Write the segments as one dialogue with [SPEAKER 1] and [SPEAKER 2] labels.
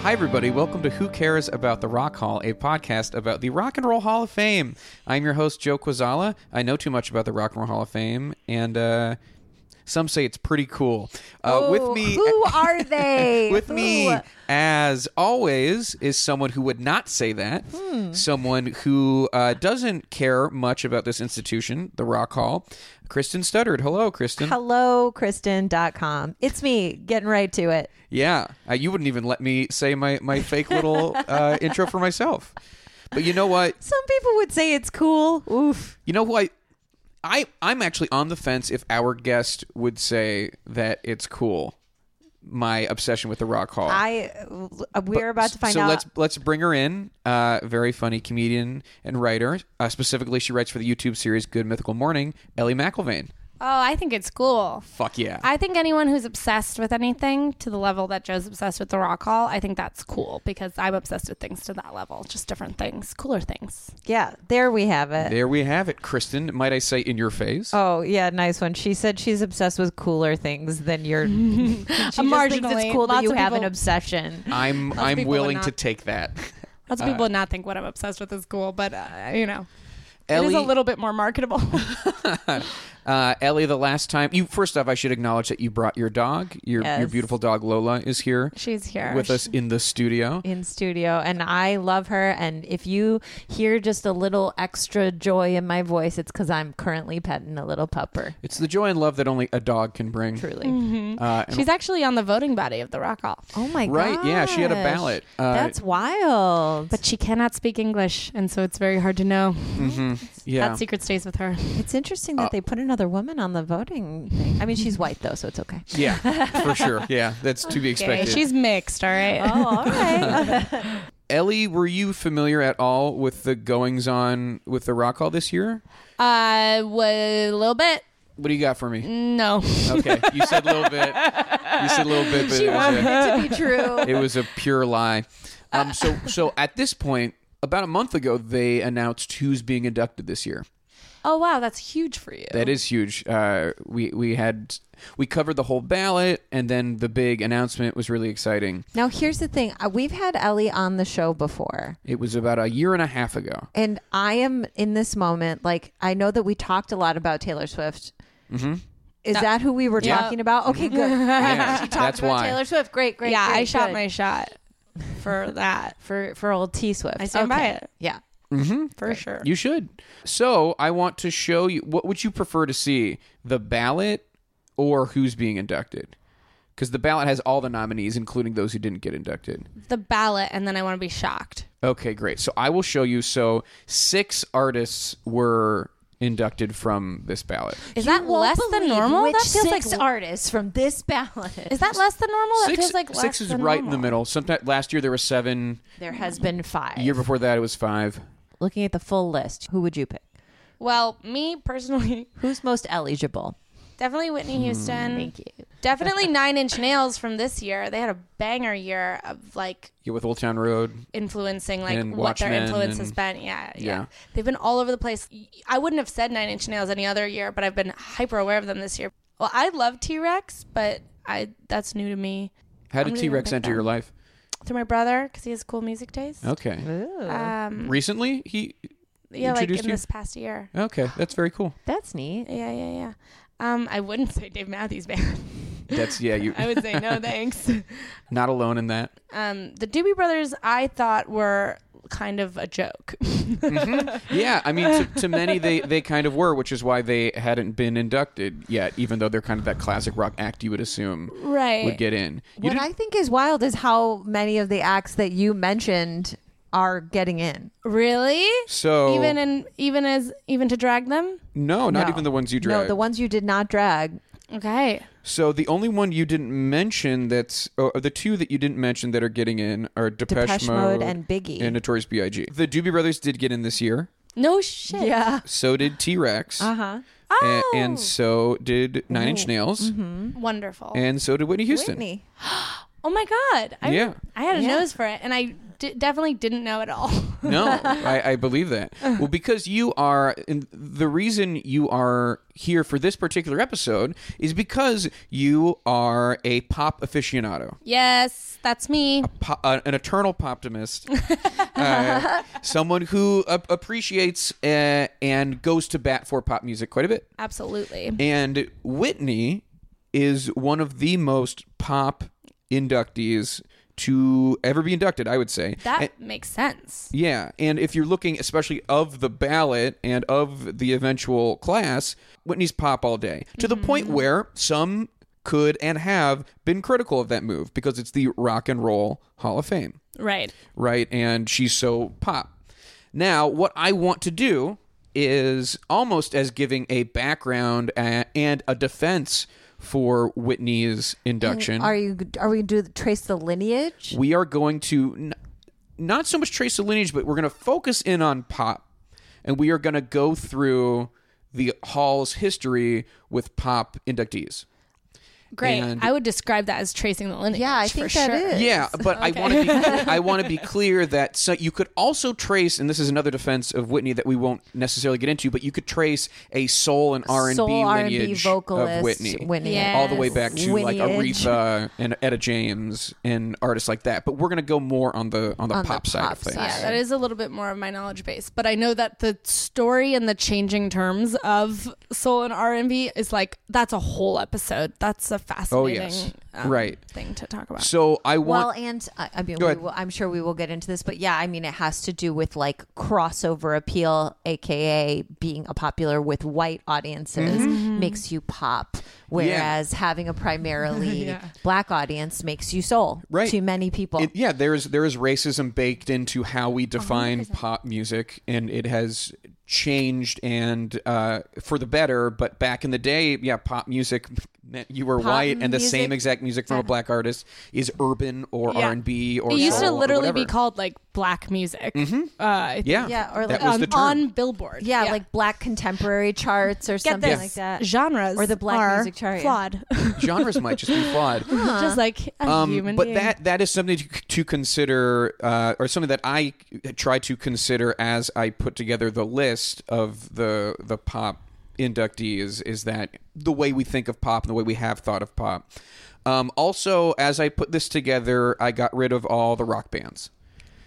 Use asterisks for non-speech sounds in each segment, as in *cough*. [SPEAKER 1] Hi, everybody. Welcome to Who Cares About the Rock Hall, a podcast about the Rock and Roll Hall of Fame. I'm your host, Joe Quazala. I know too much about the Rock and Roll Hall of Fame, and uh, some say it's pretty cool. Uh,
[SPEAKER 2] Ooh,
[SPEAKER 1] with me,
[SPEAKER 2] Oh,
[SPEAKER 1] *laughs*
[SPEAKER 2] Who are they?
[SPEAKER 1] with me,
[SPEAKER 2] Who?
[SPEAKER 1] as always, is someone who would not say that.
[SPEAKER 2] Hmm.
[SPEAKER 1] Someone who uh, doesn't care much about this institution, the Rock Hall. Kristen Studdard. Hello, Kristen.
[SPEAKER 2] Hello, Kristen.com. It's me getting right to it.
[SPEAKER 1] Yeah, uh, you wouldn't even let me say my my fake little
[SPEAKER 2] *laughs*
[SPEAKER 1] uh, intro for myself. But you know what?
[SPEAKER 2] Some people would say it's cool. Oof.
[SPEAKER 1] You know what? I I'm actually on the fence if our guest would say that it's cool. My obsession with the Rock Hall.
[SPEAKER 2] I uh, we're about to find
[SPEAKER 1] so
[SPEAKER 2] out.
[SPEAKER 1] let's let's bring her in. Uh, very funny comedian and writer. Uh, specifically, she writes for the YouTube series Good Mythical Morning. Ellie McIlvain.
[SPEAKER 3] Oh, I think it's cool.
[SPEAKER 1] Fuck yeah.
[SPEAKER 3] I think anyone who's obsessed with anything to the level that Joe's obsessed with the rock hall, I think that's cool because I'm obsessed with things to that level, just different things, cooler things.
[SPEAKER 2] yeah, there we have it.
[SPEAKER 1] there we have it, Kristen. Might I say in your face?
[SPEAKER 2] Oh yeah, nice one. She said she's obsessed with cooler things than
[SPEAKER 3] *laughs*
[SPEAKER 2] your. *laughs* she just thinks it's
[SPEAKER 3] Marginally.
[SPEAKER 2] cool that
[SPEAKER 3] Lots
[SPEAKER 2] you
[SPEAKER 3] of
[SPEAKER 2] have an
[SPEAKER 3] people-
[SPEAKER 2] obsession.
[SPEAKER 1] I'm I'm
[SPEAKER 3] people would
[SPEAKER 1] willing to
[SPEAKER 3] not-
[SPEAKER 1] take that. *laughs*
[SPEAKER 3] Lots of people would not think what I'm obsessed with is cool, but uh, you know, *laughs* it
[SPEAKER 1] Ellie,
[SPEAKER 3] is a little bit more marketable. *laughs*
[SPEAKER 1] uh, Ellie, the last time you first off, I should acknowledge that you brought your dog. Your your
[SPEAKER 2] Yes.
[SPEAKER 1] beautiful dog Lola is here.
[SPEAKER 3] She's here.
[SPEAKER 1] with us in the studio.
[SPEAKER 2] in studio and I love her and if you hear just a little extra joy in my voice it's cuz I'm currently petting a little pupper
[SPEAKER 1] It's the joy and love that only a dog can bring.
[SPEAKER 2] truly
[SPEAKER 1] Uh, and-
[SPEAKER 3] She's actually on the voting body of the rock hall,
[SPEAKER 2] Oh my god.
[SPEAKER 1] Right, yeah, she had a ballot. Uh,
[SPEAKER 2] That's wild.
[SPEAKER 3] but she cannot speak English, and so it's very hard to know.
[SPEAKER 1] mm-hmm, yeah.
[SPEAKER 3] That secret stays with her.
[SPEAKER 2] it's interesting
[SPEAKER 1] Uh,
[SPEAKER 2] that they put another woman on the voting thing. I mean, she's white though, so it's okay.
[SPEAKER 1] yeah, for
[SPEAKER 3] *laughs*
[SPEAKER 1] sure. Yeah, that's to be
[SPEAKER 3] Okay,
[SPEAKER 1] expected.
[SPEAKER 3] she's mixed. All right.
[SPEAKER 2] *laughs* Oh, all right.
[SPEAKER 1] Ellie, were you familiar at all with the goings on with the Rock Hall this year?
[SPEAKER 3] *laughs* Uh, wa- a little bit.
[SPEAKER 1] What do you got for
[SPEAKER 3] *laughs*
[SPEAKER 1] me?
[SPEAKER 3] No.
[SPEAKER 1] Okay, you said a little bit. You said a little bit, but it was a,
[SPEAKER 2] it to be true.
[SPEAKER 1] it was a pure lie. Um, so, so at this point, about a month ago, they announced who's being inducted this year.
[SPEAKER 3] Oh wow, that's huge for you.
[SPEAKER 1] That is huge. Uh, we we had we covered the whole ballot, and then the big announcement was really exciting.
[SPEAKER 2] *laughs* Now, here's the thing. Uh, We've had Ellie on the show before.
[SPEAKER 1] It was about a year and a half ago.
[SPEAKER 2] And I am in this moment, like, I know that we talked a lot about Taylor Swift.
[SPEAKER 1] Mm-hmm.
[SPEAKER 2] Is that, who we were
[SPEAKER 1] Yeah.
[SPEAKER 2] talking about? Okay, good. *laughs*
[SPEAKER 1] Yeah,
[SPEAKER 2] she talked
[SPEAKER 1] that's
[SPEAKER 2] about
[SPEAKER 1] why.
[SPEAKER 2] Taylor Swift. Great, great.
[SPEAKER 3] yeah,
[SPEAKER 2] great,
[SPEAKER 3] I shot
[SPEAKER 2] good.
[SPEAKER 3] my shot *laughs* for that
[SPEAKER 2] for for old T Swift.
[SPEAKER 3] I stand by it.
[SPEAKER 2] Yeah.
[SPEAKER 3] for sure.
[SPEAKER 1] You should. So I want to show you. What would you prefer to see? The ballot or who's being inducted? Because the ballot has all the nominees, including those who didn't get inducted.
[SPEAKER 3] the ballot, and then I want to be shocked.
[SPEAKER 1] Okay, great. So I will show you. So six artists were inducted from this ballot.
[SPEAKER 3] Is that less than normal?
[SPEAKER 2] Which
[SPEAKER 3] That feels
[SPEAKER 2] six
[SPEAKER 3] like
[SPEAKER 2] artists from this ballot?
[SPEAKER 3] is that less than normal? That
[SPEAKER 1] six,
[SPEAKER 3] feels like less
[SPEAKER 1] six is
[SPEAKER 3] than
[SPEAKER 1] right in
[SPEAKER 3] normal.
[SPEAKER 1] the middle. Sometimes last year there were seven.
[SPEAKER 2] There has been five.
[SPEAKER 1] The year before that it was five.
[SPEAKER 2] Looking at the full list, who would you pick?
[SPEAKER 3] Well, me personally, *laughs*
[SPEAKER 2] Who's most eligible?
[SPEAKER 3] definitely
[SPEAKER 1] Hmm,
[SPEAKER 3] Whitney Houston. Thank
[SPEAKER 2] you.
[SPEAKER 3] Definitely Nine Inch Nails from this year. They had a banger year of like
[SPEAKER 1] Yeah, with Old Town Road.
[SPEAKER 3] influencing like
[SPEAKER 1] And
[SPEAKER 3] what their
[SPEAKER 1] Watchmen
[SPEAKER 3] influence
[SPEAKER 1] and-
[SPEAKER 3] has been. Yeah, yeah,
[SPEAKER 1] Yeah.
[SPEAKER 3] They've been all over the place. I wouldn't have said Nine Inch Nails any other year, but I've been hyper aware of them this year. Well, I love T Rex, but I that's new to me
[SPEAKER 1] How did
[SPEAKER 3] gonna
[SPEAKER 1] T Rex
[SPEAKER 3] pick
[SPEAKER 1] enter
[SPEAKER 3] them.
[SPEAKER 1] your life?
[SPEAKER 3] through my brother because he has cool music taste.
[SPEAKER 1] Okay.
[SPEAKER 3] Um,
[SPEAKER 1] Recently he.
[SPEAKER 3] yeah, like in
[SPEAKER 1] introduced you?
[SPEAKER 3] this past year.
[SPEAKER 1] Okay, that's very cool.
[SPEAKER 2] That's neat.
[SPEAKER 3] Yeah, yeah, yeah. Um, I wouldn't *laughs* say Dave Matthews Band.
[SPEAKER 1] That's yeah. You
[SPEAKER 3] *laughs* I would say no thanks.
[SPEAKER 1] *laughs* not alone in that.
[SPEAKER 3] Um, the Doobie Brothers, I thought were kind of
[SPEAKER 1] *laughs*
[SPEAKER 3] a joke. *laughs*
[SPEAKER 1] Yeah, I mean, to, to many they, they kind of were, which is why they hadn't been inducted yet, even though they're kind of that classic rock act you would assume
[SPEAKER 3] Right.
[SPEAKER 1] would get in. You
[SPEAKER 2] What
[SPEAKER 1] did-
[SPEAKER 2] I think is wild is how many of the acts that you mentioned are getting in.
[SPEAKER 3] really?
[SPEAKER 1] so
[SPEAKER 3] Even in even as even to drag them?
[SPEAKER 1] no, Oh, not
[SPEAKER 2] No.
[SPEAKER 1] even the ones you
[SPEAKER 2] No,
[SPEAKER 1] dragged.
[SPEAKER 2] the ones you did not drag.
[SPEAKER 3] Okay.
[SPEAKER 1] so the only one you didn't mention that's or the two that you didn't mention that are getting in are Depeche,
[SPEAKER 2] Depeche Mode and Biggie.
[SPEAKER 1] and Notorious B.I.G. The Doobie Brothers did get in this year.
[SPEAKER 3] No shit.
[SPEAKER 2] Yeah.
[SPEAKER 1] So did T Rex.
[SPEAKER 2] Uh huh.
[SPEAKER 1] And, so did Nine Inch Nails.
[SPEAKER 3] Mm-hmm. Wonderful.
[SPEAKER 1] And so did Whitney Houston.
[SPEAKER 2] Whitney.
[SPEAKER 3] oh my god. I,
[SPEAKER 1] Yeah.
[SPEAKER 3] I had a
[SPEAKER 2] Yeah.
[SPEAKER 3] nose for it and I di- definitely didn't know it all. *laughs*
[SPEAKER 1] No, I, I believe that. Well, because you are, and the reason you are here for this particular episode is because you are a pop aficionado,
[SPEAKER 3] yes, that's me.
[SPEAKER 1] po- uh, an eternal poptimist, uh, someone who ap- appreciates uh, and goes to bat for pop music quite a bit.
[SPEAKER 3] Absolutely.
[SPEAKER 1] And Whitney is one of the most pop inductees to ever be inducted, I would say.
[SPEAKER 3] That
[SPEAKER 1] And-
[SPEAKER 3] makes sense.
[SPEAKER 1] yeah, and if you're looking especially of the ballot and of the eventual class, Whitney's pop all day to the point where some could and have been critical of that move because it's the Rock and Roll Hall of Fame,
[SPEAKER 3] Right.
[SPEAKER 1] right? And she's so pop. Now, what I want to do is almost as giving a background a- and a defense for Whitney's induction.
[SPEAKER 2] Are you? Are we do trace the lineage?
[SPEAKER 1] We are going to n- not so much trace the lineage, but we're going to focus in on pop, and we are going to go through the hall's history with pop inductees.
[SPEAKER 3] Great.
[SPEAKER 1] And-
[SPEAKER 3] I would describe that as tracing the lineage.
[SPEAKER 2] Yeah, I
[SPEAKER 3] for
[SPEAKER 2] think that
[SPEAKER 3] sure.
[SPEAKER 2] is.
[SPEAKER 1] Yeah, but I want to *laughs* be I want to be clear that so you could also trace, and this is another defense of Whitney that we won't necessarily get into, but you could trace a soul and R and B
[SPEAKER 2] Soul R&B
[SPEAKER 1] lineage
[SPEAKER 2] vocalist
[SPEAKER 1] of Whitney,
[SPEAKER 2] Whitney.
[SPEAKER 3] Yes.
[SPEAKER 1] all the way back to like
[SPEAKER 2] Lineage.
[SPEAKER 1] Aretha and Etta James and artists like that. But we're going to go more on the on the
[SPEAKER 2] On the
[SPEAKER 1] pop side
[SPEAKER 2] pop
[SPEAKER 1] of things.
[SPEAKER 2] side.
[SPEAKER 3] Yeah, that is a little bit more of my knowledge base, but I know that the story and the changing terms of soul and R and B is like that's a whole episode. That's a fascinating, um,
[SPEAKER 1] yes. Right.
[SPEAKER 3] thing to talk about.
[SPEAKER 1] So I want
[SPEAKER 2] Well, and I, I mean,
[SPEAKER 1] Go
[SPEAKER 2] we
[SPEAKER 1] ahead.
[SPEAKER 2] will, I'm sure we will get into this, but yeah, I mean, it has to do with like crossover appeal, aka being a popular with white audiences
[SPEAKER 1] Mm-hmm.
[SPEAKER 2] makes you pop, whereas having a *laughs* primarily black audience makes you soul
[SPEAKER 1] Right.
[SPEAKER 2] to many people.
[SPEAKER 1] It- yeah, there is there is racism baked into how we define pop music, and it has changed and uh, for the better. But back in the day, yeah, pop music meant you were
[SPEAKER 2] Pop
[SPEAKER 1] white, and the
[SPEAKER 2] music-
[SPEAKER 1] same exact music from a black artist is urban or
[SPEAKER 3] Yeah.
[SPEAKER 1] R and B or
[SPEAKER 3] it used to
[SPEAKER 1] soul or
[SPEAKER 3] literally be
[SPEAKER 1] whatever. Mm-hmm.
[SPEAKER 3] called like black music. Uh, I think
[SPEAKER 1] yeah,
[SPEAKER 2] Yeah, or
[SPEAKER 1] that
[SPEAKER 2] like- um,
[SPEAKER 1] was
[SPEAKER 3] on,
[SPEAKER 1] the term.
[SPEAKER 3] on Billboard.
[SPEAKER 2] yeah, like black contemporary charts or
[SPEAKER 3] get
[SPEAKER 2] something
[SPEAKER 3] this
[SPEAKER 2] like that.
[SPEAKER 3] genres
[SPEAKER 2] Or the black
[SPEAKER 3] are
[SPEAKER 2] music chart, yeah.
[SPEAKER 3] flawed, *laughs*
[SPEAKER 1] genres might just be flawed.
[SPEAKER 3] just like a
[SPEAKER 1] Um,
[SPEAKER 3] human.
[SPEAKER 1] but
[SPEAKER 3] being.
[SPEAKER 1] that that is something to, to consider, uh, or something that I try to consider as I put together the list of the the pop inductees. Is that the way we think of pop and the way we have thought of pop? Um, also, as I put this together, I got rid of all the rock bands.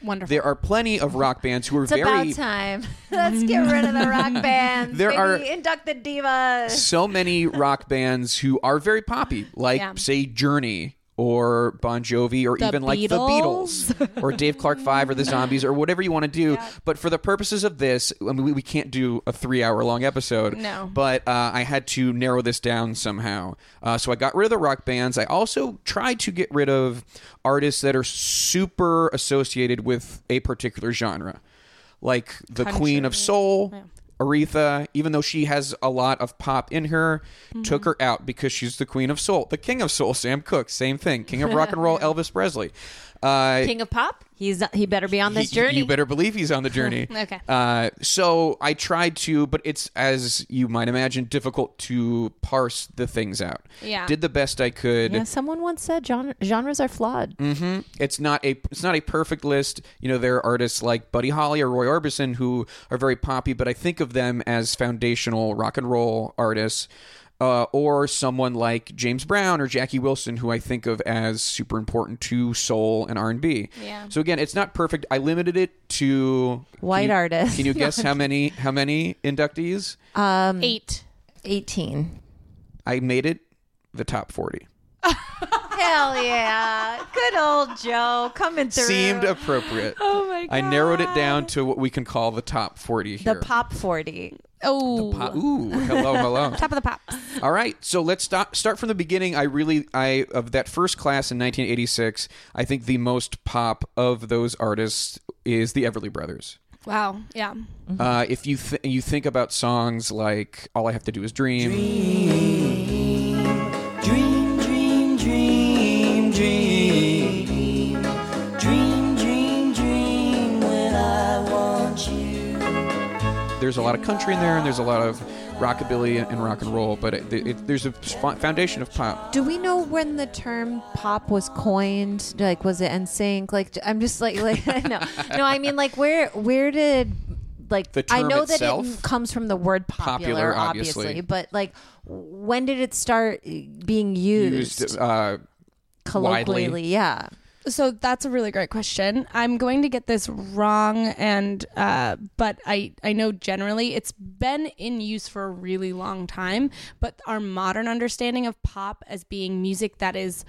[SPEAKER 3] wonderful.
[SPEAKER 1] There are plenty
[SPEAKER 3] *laughs*
[SPEAKER 1] of rock bands who are
[SPEAKER 2] It's
[SPEAKER 1] very
[SPEAKER 2] about time. Let's get rid of the rock band.
[SPEAKER 1] There
[SPEAKER 2] Maybe
[SPEAKER 1] are-
[SPEAKER 3] *laughs*
[SPEAKER 2] induct the divas.
[SPEAKER 1] so many rock bands who are very poppy, like
[SPEAKER 3] Yeah.
[SPEAKER 1] say Journey or Bon Jovi or even like the
[SPEAKER 3] Beatles.
[SPEAKER 1] Beatles *laughs* or Dave Clark Five or the Zombies or whatever you want to do. But for the purposes of this, I mean, we, we can't do a three hour long episode.
[SPEAKER 3] No.
[SPEAKER 1] But uh, I had to narrow this down somehow. Uh, so I got rid of the rock bands. I also tried to get rid of artists that are super associated with a particular genre, like the Queen of Soul. Aretha, even though she has a lot of pop in her, took her out because she's the queen of soul. The king of soul, Sam Cooke, same thing. King of rock and roll, Elvis Presley. Uh,
[SPEAKER 3] King of Pop.
[SPEAKER 2] He's he better be on this
[SPEAKER 1] he-
[SPEAKER 2] journey.
[SPEAKER 1] You better believe he's on the journey.
[SPEAKER 2] *laughs*
[SPEAKER 3] Okay.
[SPEAKER 1] Uh, so I tried to, but it's as you might imagine, difficult to parse the things out.
[SPEAKER 3] Yeah.
[SPEAKER 1] Did the best I could.
[SPEAKER 2] yeah, someone once said genre, genres are flawed.
[SPEAKER 1] It's not a it's not a perfect list. You know, there are artists like Buddy Holly or Roy Orbison who are very poppy, but I think of them as foundational rock and roll artists. Uh, or someone like James Brown or Jackie Wilson, who I think of as super important to soul and R and B.
[SPEAKER 3] Yeah.
[SPEAKER 1] So again, it's not perfect. I limited it to
[SPEAKER 2] White
[SPEAKER 1] can you- *laughs*
[SPEAKER 2] artists.
[SPEAKER 1] Can you guess how many how many inductees?
[SPEAKER 3] Eight.
[SPEAKER 2] 18.
[SPEAKER 1] I made it the top forty.
[SPEAKER 2] Hell yeah. Good old Joe coming through.
[SPEAKER 1] Seemed appropriate.
[SPEAKER 3] Oh my
[SPEAKER 1] I narrowed it down to what we can call the top 40
[SPEAKER 2] the
[SPEAKER 1] here.
[SPEAKER 2] pop 40.
[SPEAKER 3] Oh,
[SPEAKER 1] Po- Ooh, hello, hello.
[SPEAKER 3] *laughs* top of the pops.
[SPEAKER 1] All right, so let's stop, start from the beginning. I really, I of that first class in 1986, I think the most pop of those artists is the Everly Brothers.
[SPEAKER 3] Wow. Yeah.
[SPEAKER 1] Uh, if you th- you think about songs like "All I Have to Do Is Dream,",
[SPEAKER 4] Dream, dream, dream, dream. Dream, dream, dream when I want you.
[SPEAKER 1] there's a lot of country in there, and there's a lot of rockabilly and rock and roll, but it, it, there's a sp- foundation of pop.
[SPEAKER 2] Do we know when the term pop was coined? Like, was it NSYNC? Like, I'm just like, *laughs* like no, no. I mean, like, where where did like
[SPEAKER 1] The
[SPEAKER 2] I
[SPEAKER 1] term
[SPEAKER 2] know that
[SPEAKER 1] itself?
[SPEAKER 2] it comes from the word popular,
[SPEAKER 1] Popular,
[SPEAKER 2] obviously.
[SPEAKER 1] obviously.
[SPEAKER 2] but like, when did it start being used,
[SPEAKER 1] Used uh,
[SPEAKER 2] colloquially?
[SPEAKER 1] widely.
[SPEAKER 2] Yeah,
[SPEAKER 3] So that's a really great question. I'm going to get this wrong, and uh, but I I know generally it's been in use for a really long time. But our modern understanding of pop as being music that is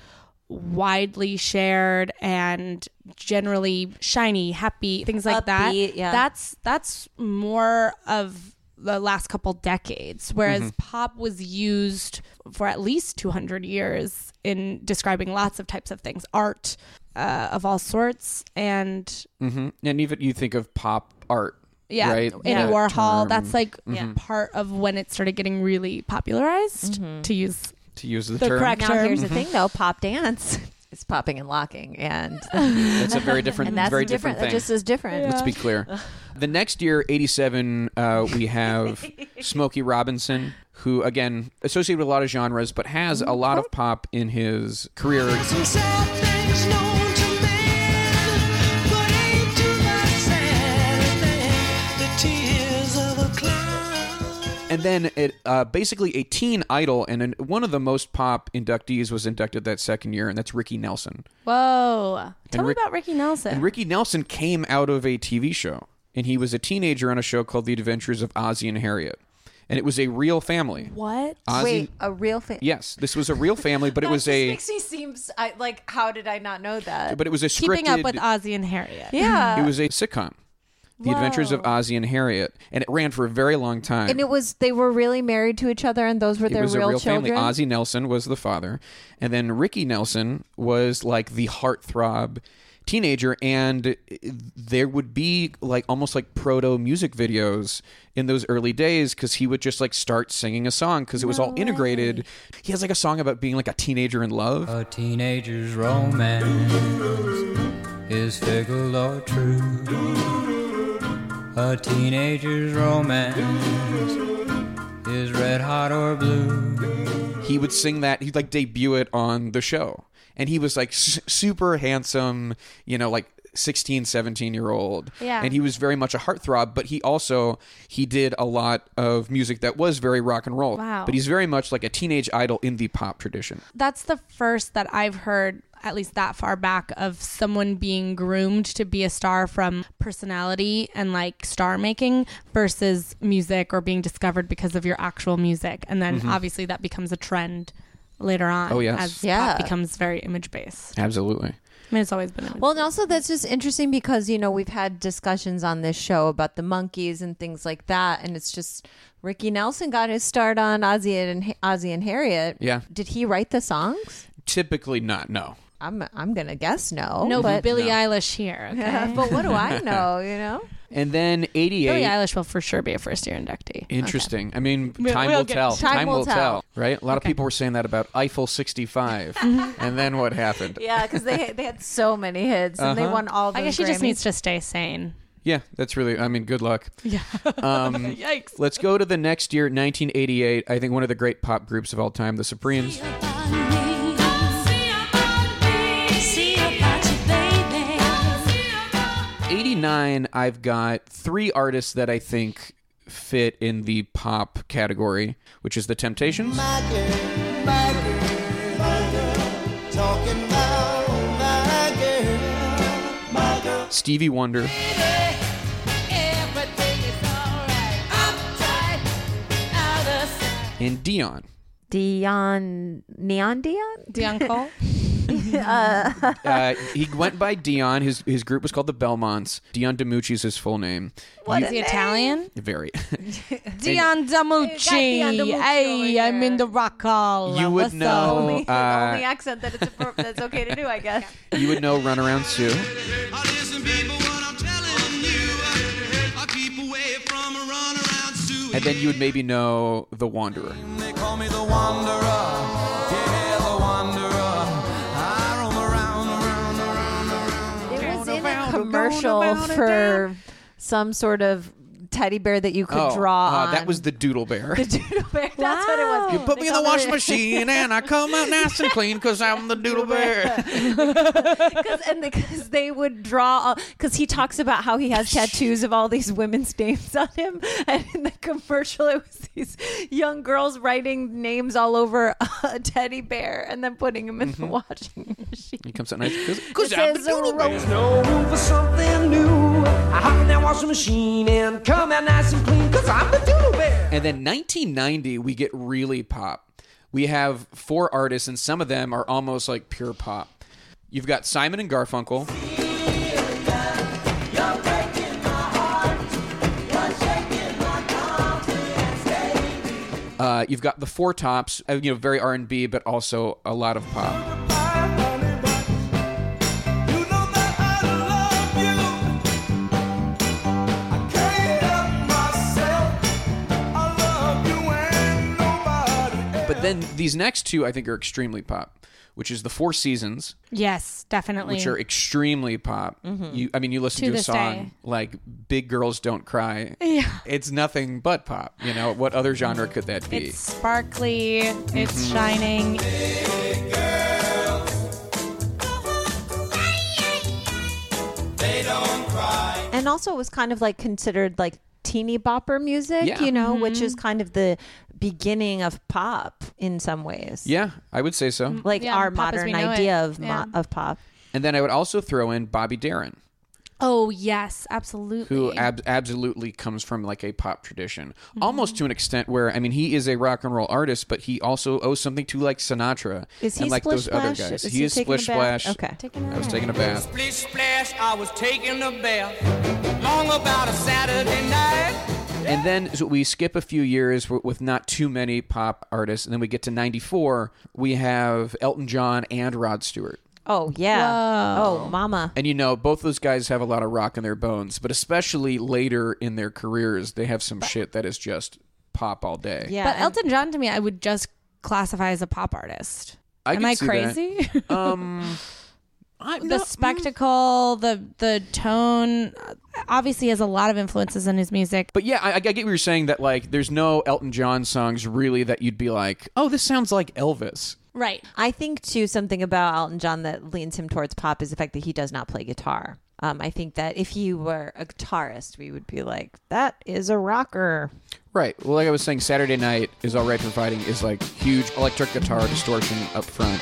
[SPEAKER 3] widely shared and generally shiny, happy things like that.
[SPEAKER 2] Upbeat, yeah.
[SPEAKER 3] That's that's more of the last couple decades, whereas
[SPEAKER 2] Mm-hmm.
[SPEAKER 3] pop was used for at least 200 years in describing lots of types of things, art uh, of all sorts, and
[SPEAKER 1] mhm. and even you think of pop art,
[SPEAKER 3] yeah,
[SPEAKER 1] right? Mm-hmm.
[SPEAKER 3] Andy
[SPEAKER 1] That
[SPEAKER 3] Warhol.
[SPEAKER 1] term,
[SPEAKER 3] That's like part of when it started getting really popularized to use
[SPEAKER 1] to use the,
[SPEAKER 3] the
[SPEAKER 1] term.
[SPEAKER 3] correct
[SPEAKER 2] now
[SPEAKER 3] term.
[SPEAKER 2] here's the thing though:
[SPEAKER 1] Mm-hmm.
[SPEAKER 2] pop dance *laughs* is popping and
[SPEAKER 1] *laughs*
[SPEAKER 2] locking, and
[SPEAKER 1] That's a very different,
[SPEAKER 2] and that's
[SPEAKER 1] very different,
[SPEAKER 2] different. That
[SPEAKER 1] thing.
[SPEAKER 2] just is different.
[SPEAKER 1] Let's be clear.
[SPEAKER 3] *laughs*
[SPEAKER 1] The next year, 87, uh, we have Smokey Robinson, who, again, associated with a lot of genres, but has a lot of pop in his career.
[SPEAKER 4] Some sad things known to man, but ain't too much sadder than the tears of a clown.
[SPEAKER 1] And then, it, uh, basically, a teen idol, and an, one of the most pop inductees was inducted that second year, and that's Ricky Nelson.
[SPEAKER 3] Whoa! Tell me
[SPEAKER 1] Rick-
[SPEAKER 3] about Ricky Nelson.
[SPEAKER 1] And Ricky Nelson came out of a TV show, and he was a teenager on a show called The Adventures of Ozzie and Harriet. And it was a real family.
[SPEAKER 3] what?
[SPEAKER 1] Ozzie,
[SPEAKER 2] Wait, a real fan.
[SPEAKER 1] Yes, this was a real family, but it
[SPEAKER 3] *laughs*
[SPEAKER 1] was a.
[SPEAKER 2] makes me seem I, like how did I not know that?
[SPEAKER 1] But it was a scripted.
[SPEAKER 3] Keeping up with Ozzy and Harriet.
[SPEAKER 2] yeah,
[SPEAKER 1] It was a sitcom. The Adventures of Ozzie and Harriet, and it ran for a very long time.
[SPEAKER 2] and it was they were really married to each other, and those were
[SPEAKER 1] It
[SPEAKER 2] their
[SPEAKER 1] was
[SPEAKER 2] real,
[SPEAKER 1] a real
[SPEAKER 2] children.
[SPEAKER 1] family. Ozzie Nelson was the father, and then Ricky Nelson was like the heartthrob teenager, and there would be like almost like proto music videos in those early days because he would just like start singing a song because it was all integrated. He has like a song about being like a teenager in love.
[SPEAKER 5] A teenager's romance is fickle or true. A teenager's romance is red hot or blue.
[SPEAKER 1] he would sing that he'd like debut it on the show and he was like s- super handsome you know like 16 17 year old
[SPEAKER 3] Yeah.
[SPEAKER 1] and he was very much a heartthrob but he also he did a lot of music that was very rock and roll
[SPEAKER 3] Wow.
[SPEAKER 1] but he's very much like a teenage idol in the pop tradition
[SPEAKER 3] that's the first that I've heard, at least that far back, of someone being groomed to be a star from personality and like star making versus music or being discovered because of your actual music. And then obviously that becomes a trend later on.
[SPEAKER 1] Mm-hmm. Oh, yes.
[SPEAKER 3] As
[SPEAKER 2] Yeah.
[SPEAKER 3] pop becomes very image based.
[SPEAKER 1] absolutely
[SPEAKER 3] I mean, it's always been. Image
[SPEAKER 2] Well, and also that's just interesting because you know we've had discussions on this show about the monkeys and things like that, and it's just Ricky Nelson got his start on Ozzy and Ozzy and Harriet.
[SPEAKER 1] Yeah.
[SPEAKER 2] did he write the songs?
[SPEAKER 1] typically not no
[SPEAKER 2] I'm I'm gonna guess no.
[SPEAKER 3] no,
[SPEAKER 2] but
[SPEAKER 3] Billie Eilish here.
[SPEAKER 1] *laughs*
[SPEAKER 3] okay?
[SPEAKER 2] *laughs* but what do I know? You know,
[SPEAKER 1] and then 88
[SPEAKER 3] Billie Eilish will for sure be a first year inductee.
[SPEAKER 1] Interesting. I mean, time
[SPEAKER 3] we'll
[SPEAKER 1] will
[SPEAKER 3] get-
[SPEAKER 1] tell.
[SPEAKER 2] Time will tell.
[SPEAKER 1] Right? A lot of people were saying that about Eiffel
[SPEAKER 3] *laughs*
[SPEAKER 1] 65. and then what happened?
[SPEAKER 2] yeah, because they they had so many hits and
[SPEAKER 1] Uh-huh.
[SPEAKER 2] they won all.
[SPEAKER 3] I
[SPEAKER 2] those
[SPEAKER 3] guess she just
[SPEAKER 2] Grammys.
[SPEAKER 3] needs to stay sane.
[SPEAKER 1] Yeah, that's really, I mean, good luck.
[SPEAKER 3] Yeah.
[SPEAKER 1] Um,
[SPEAKER 3] *laughs* Yikes.
[SPEAKER 1] Let's go to the next year, 1988. I think one of the great pop groups of all time, the Supremes.
[SPEAKER 4] See about you, baby.
[SPEAKER 1] 89, I've got three artists that I think fit in the pop category, which is The Temptations,
[SPEAKER 4] My girl, my girl, my girl, talking about my girl, my girl.
[SPEAKER 1] Stevie Wonder,
[SPEAKER 3] *laughs*
[SPEAKER 1] and Dion.
[SPEAKER 2] Dion Neon Dion
[SPEAKER 3] Dion Cole.
[SPEAKER 1] uh, he went by Dion. His his group was called the Belmonts. Dion DiMucci is his full name.
[SPEAKER 3] What is he Italian?
[SPEAKER 1] Very. *laughs*
[SPEAKER 2] Dion
[SPEAKER 3] Dion Damucci.
[SPEAKER 2] Damucci
[SPEAKER 3] Hey,
[SPEAKER 2] over
[SPEAKER 3] I'm
[SPEAKER 2] here.
[SPEAKER 3] in the rock hall.
[SPEAKER 1] you would
[SPEAKER 3] What's up?
[SPEAKER 1] know.
[SPEAKER 2] the *laughs* only
[SPEAKER 1] Uh,
[SPEAKER 2] accent that it's appro- that's okay to do, I guess.
[SPEAKER 1] *laughs* you would know Runaround Sue.
[SPEAKER 4] I listen, people, what I'm telling you. I keep away from a runaround Sue.
[SPEAKER 1] And then you would maybe know The Wanderer.
[SPEAKER 4] They call me the wanderer. Yeah, the wanderer. I roam around, around, around, around.
[SPEAKER 2] It was in a commercial for some sort of teddy bear that you could
[SPEAKER 1] Oh,
[SPEAKER 2] draw
[SPEAKER 1] uh,
[SPEAKER 2] on.
[SPEAKER 1] that was the Doodle Bear.
[SPEAKER 2] the doodle bear. That's what it was.
[SPEAKER 1] You put me in the washing machine and I come out nice and clean because I'm the doodle
[SPEAKER 2] *laughs*
[SPEAKER 1] bear.
[SPEAKER 2] Cause, and because they would draw, because he talks about how
[SPEAKER 1] *laughs*
[SPEAKER 2] he has tattoos of all these women's names on him, and in the commercial it was these young girls writing names all over a teddy bear and then putting him in the washing machine.
[SPEAKER 1] He comes out nice because Mm-hmm.
[SPEAKER 2] It
[SPEAKER 1] I'm the
[SPEAKER 2] says
[SPEAKER 1] doodle bear.
[SPEAKER 2] Rose-
[SPEAKER 6] No room for something new. I hop in that washing machine and come out nice and clean, cause I'm the doodle bear.
[SPEAKER 1] And then 1990, we get really pop. We have four artists, and some of them are almost like pure pop. You've got Simon and Garfunkel. Uh, you've got the Four Tops, uh, you know, very R and B, but also a lot of pop.
[SPEAKER 4] You know that I love you. I can't help myself. I love you and nobody else.
[SPEAKER 1] But then these next two, I think, are extremely pop, which is the Four Seasons,
[SPEAKER 3] Yes, definitely.
[SPEAKER 1] which are extremely pop. You, I mean, you listen to,
[SPEAKER 3] Mm-hmm. To
[SPEAKER 1] a
[SPEAKER 3] this
[SPEAKER 1] song
[SPEAKER 3] day.
[SPEAKER 1] like "Big Girls Don't Cry." It's nothing but pop. You know what other genre could that be?
[SPEAKER 3] It's sparkly. It's
[SPEAKER 1] Mm-hmm.
[SPEAKER 3] shining.
[SPEAKER 2] And also, it was kind of like considered like teeny bopper music,
[SPEAKER 1] Yeah.
[SPEAKER 2] you know, which is kind of the beginning of pop in some ways.
[SPEAKER 1] yeah, I would say so.
[SPEAKER 2] Like
[SPEAKER 3] Yeah,
[SPEAKER 2] our
[SPEAKER 3] pop as we
[SPEAKER 2] modern
[SPEAKER 3] know it.
[SPEAKER 2] idea of
[SPEAKER 3] Yeah.
[SPEAKER 2] mo- of pop.
[SPEAKER 1] And then I would also throw in Bobby Darin,
[SPEAKER 3] Oh yes, absolutely.
[SPEAKER 1] who ab- absolutely comes from like a pop tradition,
[SPEAKER 2] Mm-hmm.
[SPEAKER 1] almost to an extent where I mean he is a rock and roll artist, but he also owes something to like Sinatra
[SPEAKER 2] Is he
[SPEAKER 1] and like those
[SPEAKER 2] Splish
[SPEAKER 1] other
[SPEAKER 2] Splash?
[SPEAKER 1] guys.
[SPEAKER 2] Is
[SPEAKER 1] he,
[SPEAKER 2] he
[SPEAKER 1] is
[SPEAKER 2] taking a
[SPEAKER 1] Splish
[SPEAKER 2] bath?
[SPEAKER 1] Splash.
[SPEAKER 2] Okay. Taking
[SPEAKER 1] I was taking a bath.
[SPEAKER 6] Splish splash, I was taking a bath. Long about a Saturday night.
[SPEAKER 1] And then so we skip a few years w- with not too many pop artists, and then we get to '94. We have Elton John and Rod Stewart,
[SPEAKER 2] Oh yeah. Oh mama.
[SPEAKER 1] and you know both those guys have a lot of rock in their bones, but especially later in their careers, they have some shit that is just pop all day.
[SPEAKER 2] Yeah.
[SPEAKER 3] But
[SPEAKER 2] and-
[SPEAKER 3] Elton John to me, I would just classify as a pop artist.
[SPEAKER 1] I
[SPEAKER 3] Am
[SPEAKER 1] could
[SPEAKER 3] I
[SPEAKER 1] see that.
[SPEAKER 3] crazy?
[SPEAKER 1] Um, I,
[SPEAKER 3] *laughs*
[SPEAKER 1] mm,
[SPEAKER 3] the spectacle, the the tone, uh, obviously has a lot of influences in his music.
[SPEAKER 1] But yeah, I, I get what you're saying that like there's no Elton John songs really that you'd be like, oh, this sounds like Elvis.
[SPEAKER 3] Right.
[SPEAKER 2] I think too something about Elton John that leans him towards pop is the fact that he does not play guitar. Um, I think that if he were a guitarist, we would be like, "That is a rocker."
[SPEAKER 1] Right. Well, like I was saying, Saturday Night is all right for fighting is like huge electric guitar distortion up front.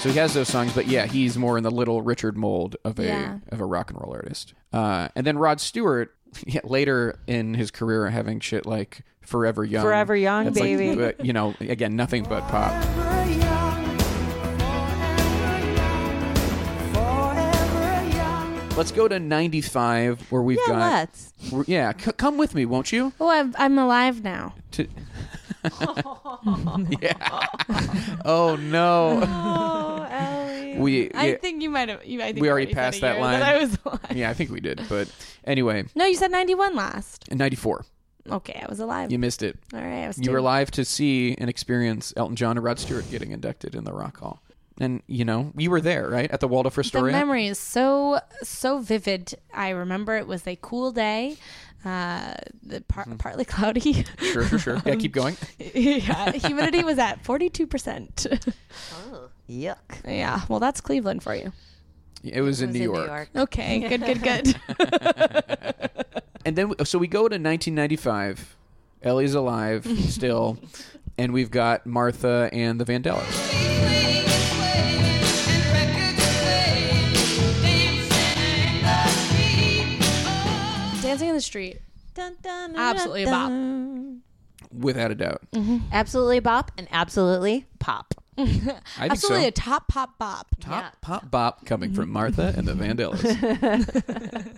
[SPEAKER 1] So he has those songs, but yeah, he's more in the little Richard mold of a
[SPEAKER 3] Yeah.
[SPEAKER 1] of a rock and roll artist. Uh, and then Rod Stewart, *laughs* yeah, later in his career, having shit like Forever Young,
[SPEAKER 2] Forever Young,
[SPEAKER 1] That's like,
[SPEAKER 2] baby.
[SPEAKER 1] but, you know, again, nothing but pop. Let's go to 95 where we've
[SPEAKER 2] Yeah,
[SPEAKER 1] got
[SPEAKER 2] let's.
[SPEAKER 1] we're- yeah, c- come with me, won't
[SPEAKER 2] *laughs*
[SPEAKER 1] you?
[SPEAKER 3] Oh, I'm, I'm alive now.
[SPEAKER 1] To- yeah. Oh no.
[SPEAKER 2] Oh, Ellie.
[SPEAKER 1] We yeah,
[SPEAKER 3] I think you might have. You, I think
[SPEAKER 1] We
[SPEAKER 3] you
[SPEAKER 1] already
[SPEAKER 3] said
[SPEAKER 1] passed
[SPEAKER 3] a
[SPEAKER 1] that
[SPEAKER 3] year
[SPEAKER 1] line.
[SPEAKER 3] I was alive.
[SPEAKER 1] yeah, I think we did, but anyway,
[SPEAKER 3] No, you said 91 last.
[SPEAKER 1] 94.
[SPEAKER 3] Okay, I was alive.
[SPEAKER 1] You missed it.
[SPEAKER 3] All right, I was.
[SPEAKER 1] You were live to see and experience Elton John and Rod Stewart getting inducted in the Rock Hall. And you know, you were there, right? At the Waldorf
[SPEAKER 3] The
[SPEAKER 1] Astoria.
[SPEAKER 3] memory is so so vivid. I remember it was a cool day, uh, the par-
[SPEAKER 1] Mm-hmm.
[SPEAKER 3] partly cloudy.
[SPEAKER 1] *laughs*
[SPEAKER 3] *laughs*
[SPEAKER 1] sure, sure, sure. Yeah, keep *laughs* going.
[SPEAKER 3] yeah, humidity was at forty two percent.
[SPEAKER 2] Yuck.
[SPEAKER 3] Yeah, well, that's Cleveland for you.
[SPEAKER 1] It was, in, New, York.
[SPEAKER 3] Okay, good, good, *laughs* good.
[SPEAKER 1] And then so we go to 1995. Ellie's *laughs* alive still. And we've got Martha and the Vandellas.
[SPEAKER 3] Dancing in the street.
[SPEAKER 2] Dun, dun, dun,
[SPEAKER 3] Absolutely a
[SPEAKER 2] dun,
[SPEAKER 1] without a doubt.
[SPEAKER 2] Absolutely bop and absolutely pop.
[SPEAKER 1] I think
[SPEAKER 3] Absolutely
[SPEAKER 1] so.
[SPEAKER 3] a top pop bop.
[SPEAKER 1] Top pop bop coming from Martha and the Vandellas.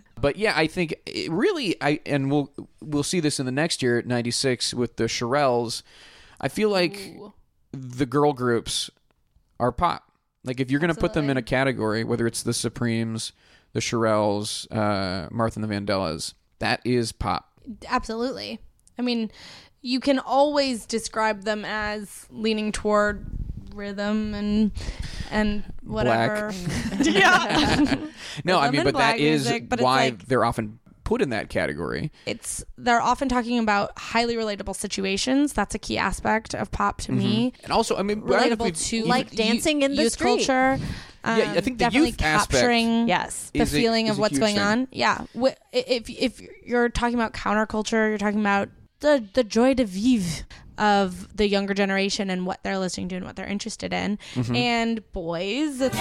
[SPEAKER 3] *laughs*
[SPEAKER 1] but yeah, I think it really I and we'll we'll see this in the next year, ninety six, with the Shirelles. I feel like the girl groups are pop. Like if you're gonna put them in a category, whether it's the Supremes, the Shirelles, uh, Martha and the Vandellas, that is pop.
[SPEAKER 3] Absolutely. I mean, you can always describe them as leaning toward rhythm and and whatever. *laughs* yeah.
[SPEAKER 1] No, I
[SPEAKER 3] Rhythm
[SPEAKER 1] mean, but
[SPEAKER 3] and
[SPEAKER 1] that
[SPEAKER 3] black
[SPEAKER 1] is
[SPEAKER 3] music, but it's
[SPEAKER 1] why
[SPEAKER 3] like-
[SPEAKER 1] they're often put in that category.
[SPEAKER 3] it's they're often talking about highly relatable situations. That's a key aspect of pop to me.
[SPEAKER 1] And also, I mean, Mm-hmm. I don't know if we've
[SPEAKER 3] Relatable to
[SPEAKER 1] even-
[SPEAKER 2] Like dancing in the
[SPEAKER 3] youth
[SPEAKER 2] street.
[SPEAKER 3] culture. Um,
[SPEAKER 1] Yeah, I think the
[SPEAKER 3] definitely
[SPEAKER 1] youth aspect
[SPEAKER 3] capturing
[SPEAKER 2] Yes.
[SPEAKER 3] the
[SPEAKER 1] is a-
[SPEAKER 3] feeling
[SPEAKER 1] is
[SPEAKER 3] of
[SPEAKER 1] a
[SPEAKER 3] what's
[SPEAKER 1] huge
[SPEAKER 3] going
[SPEAKER 1] thing.
[SPEAKER 3] on. Yeah, Wh- if if you're talking about counterculture, you're talking about the the joy de vivre of the younger generation and what they're listening to and what they're interested in.
[SPEAKER 1] Mm-hmm.
[SPEAKER 3] And boys, it's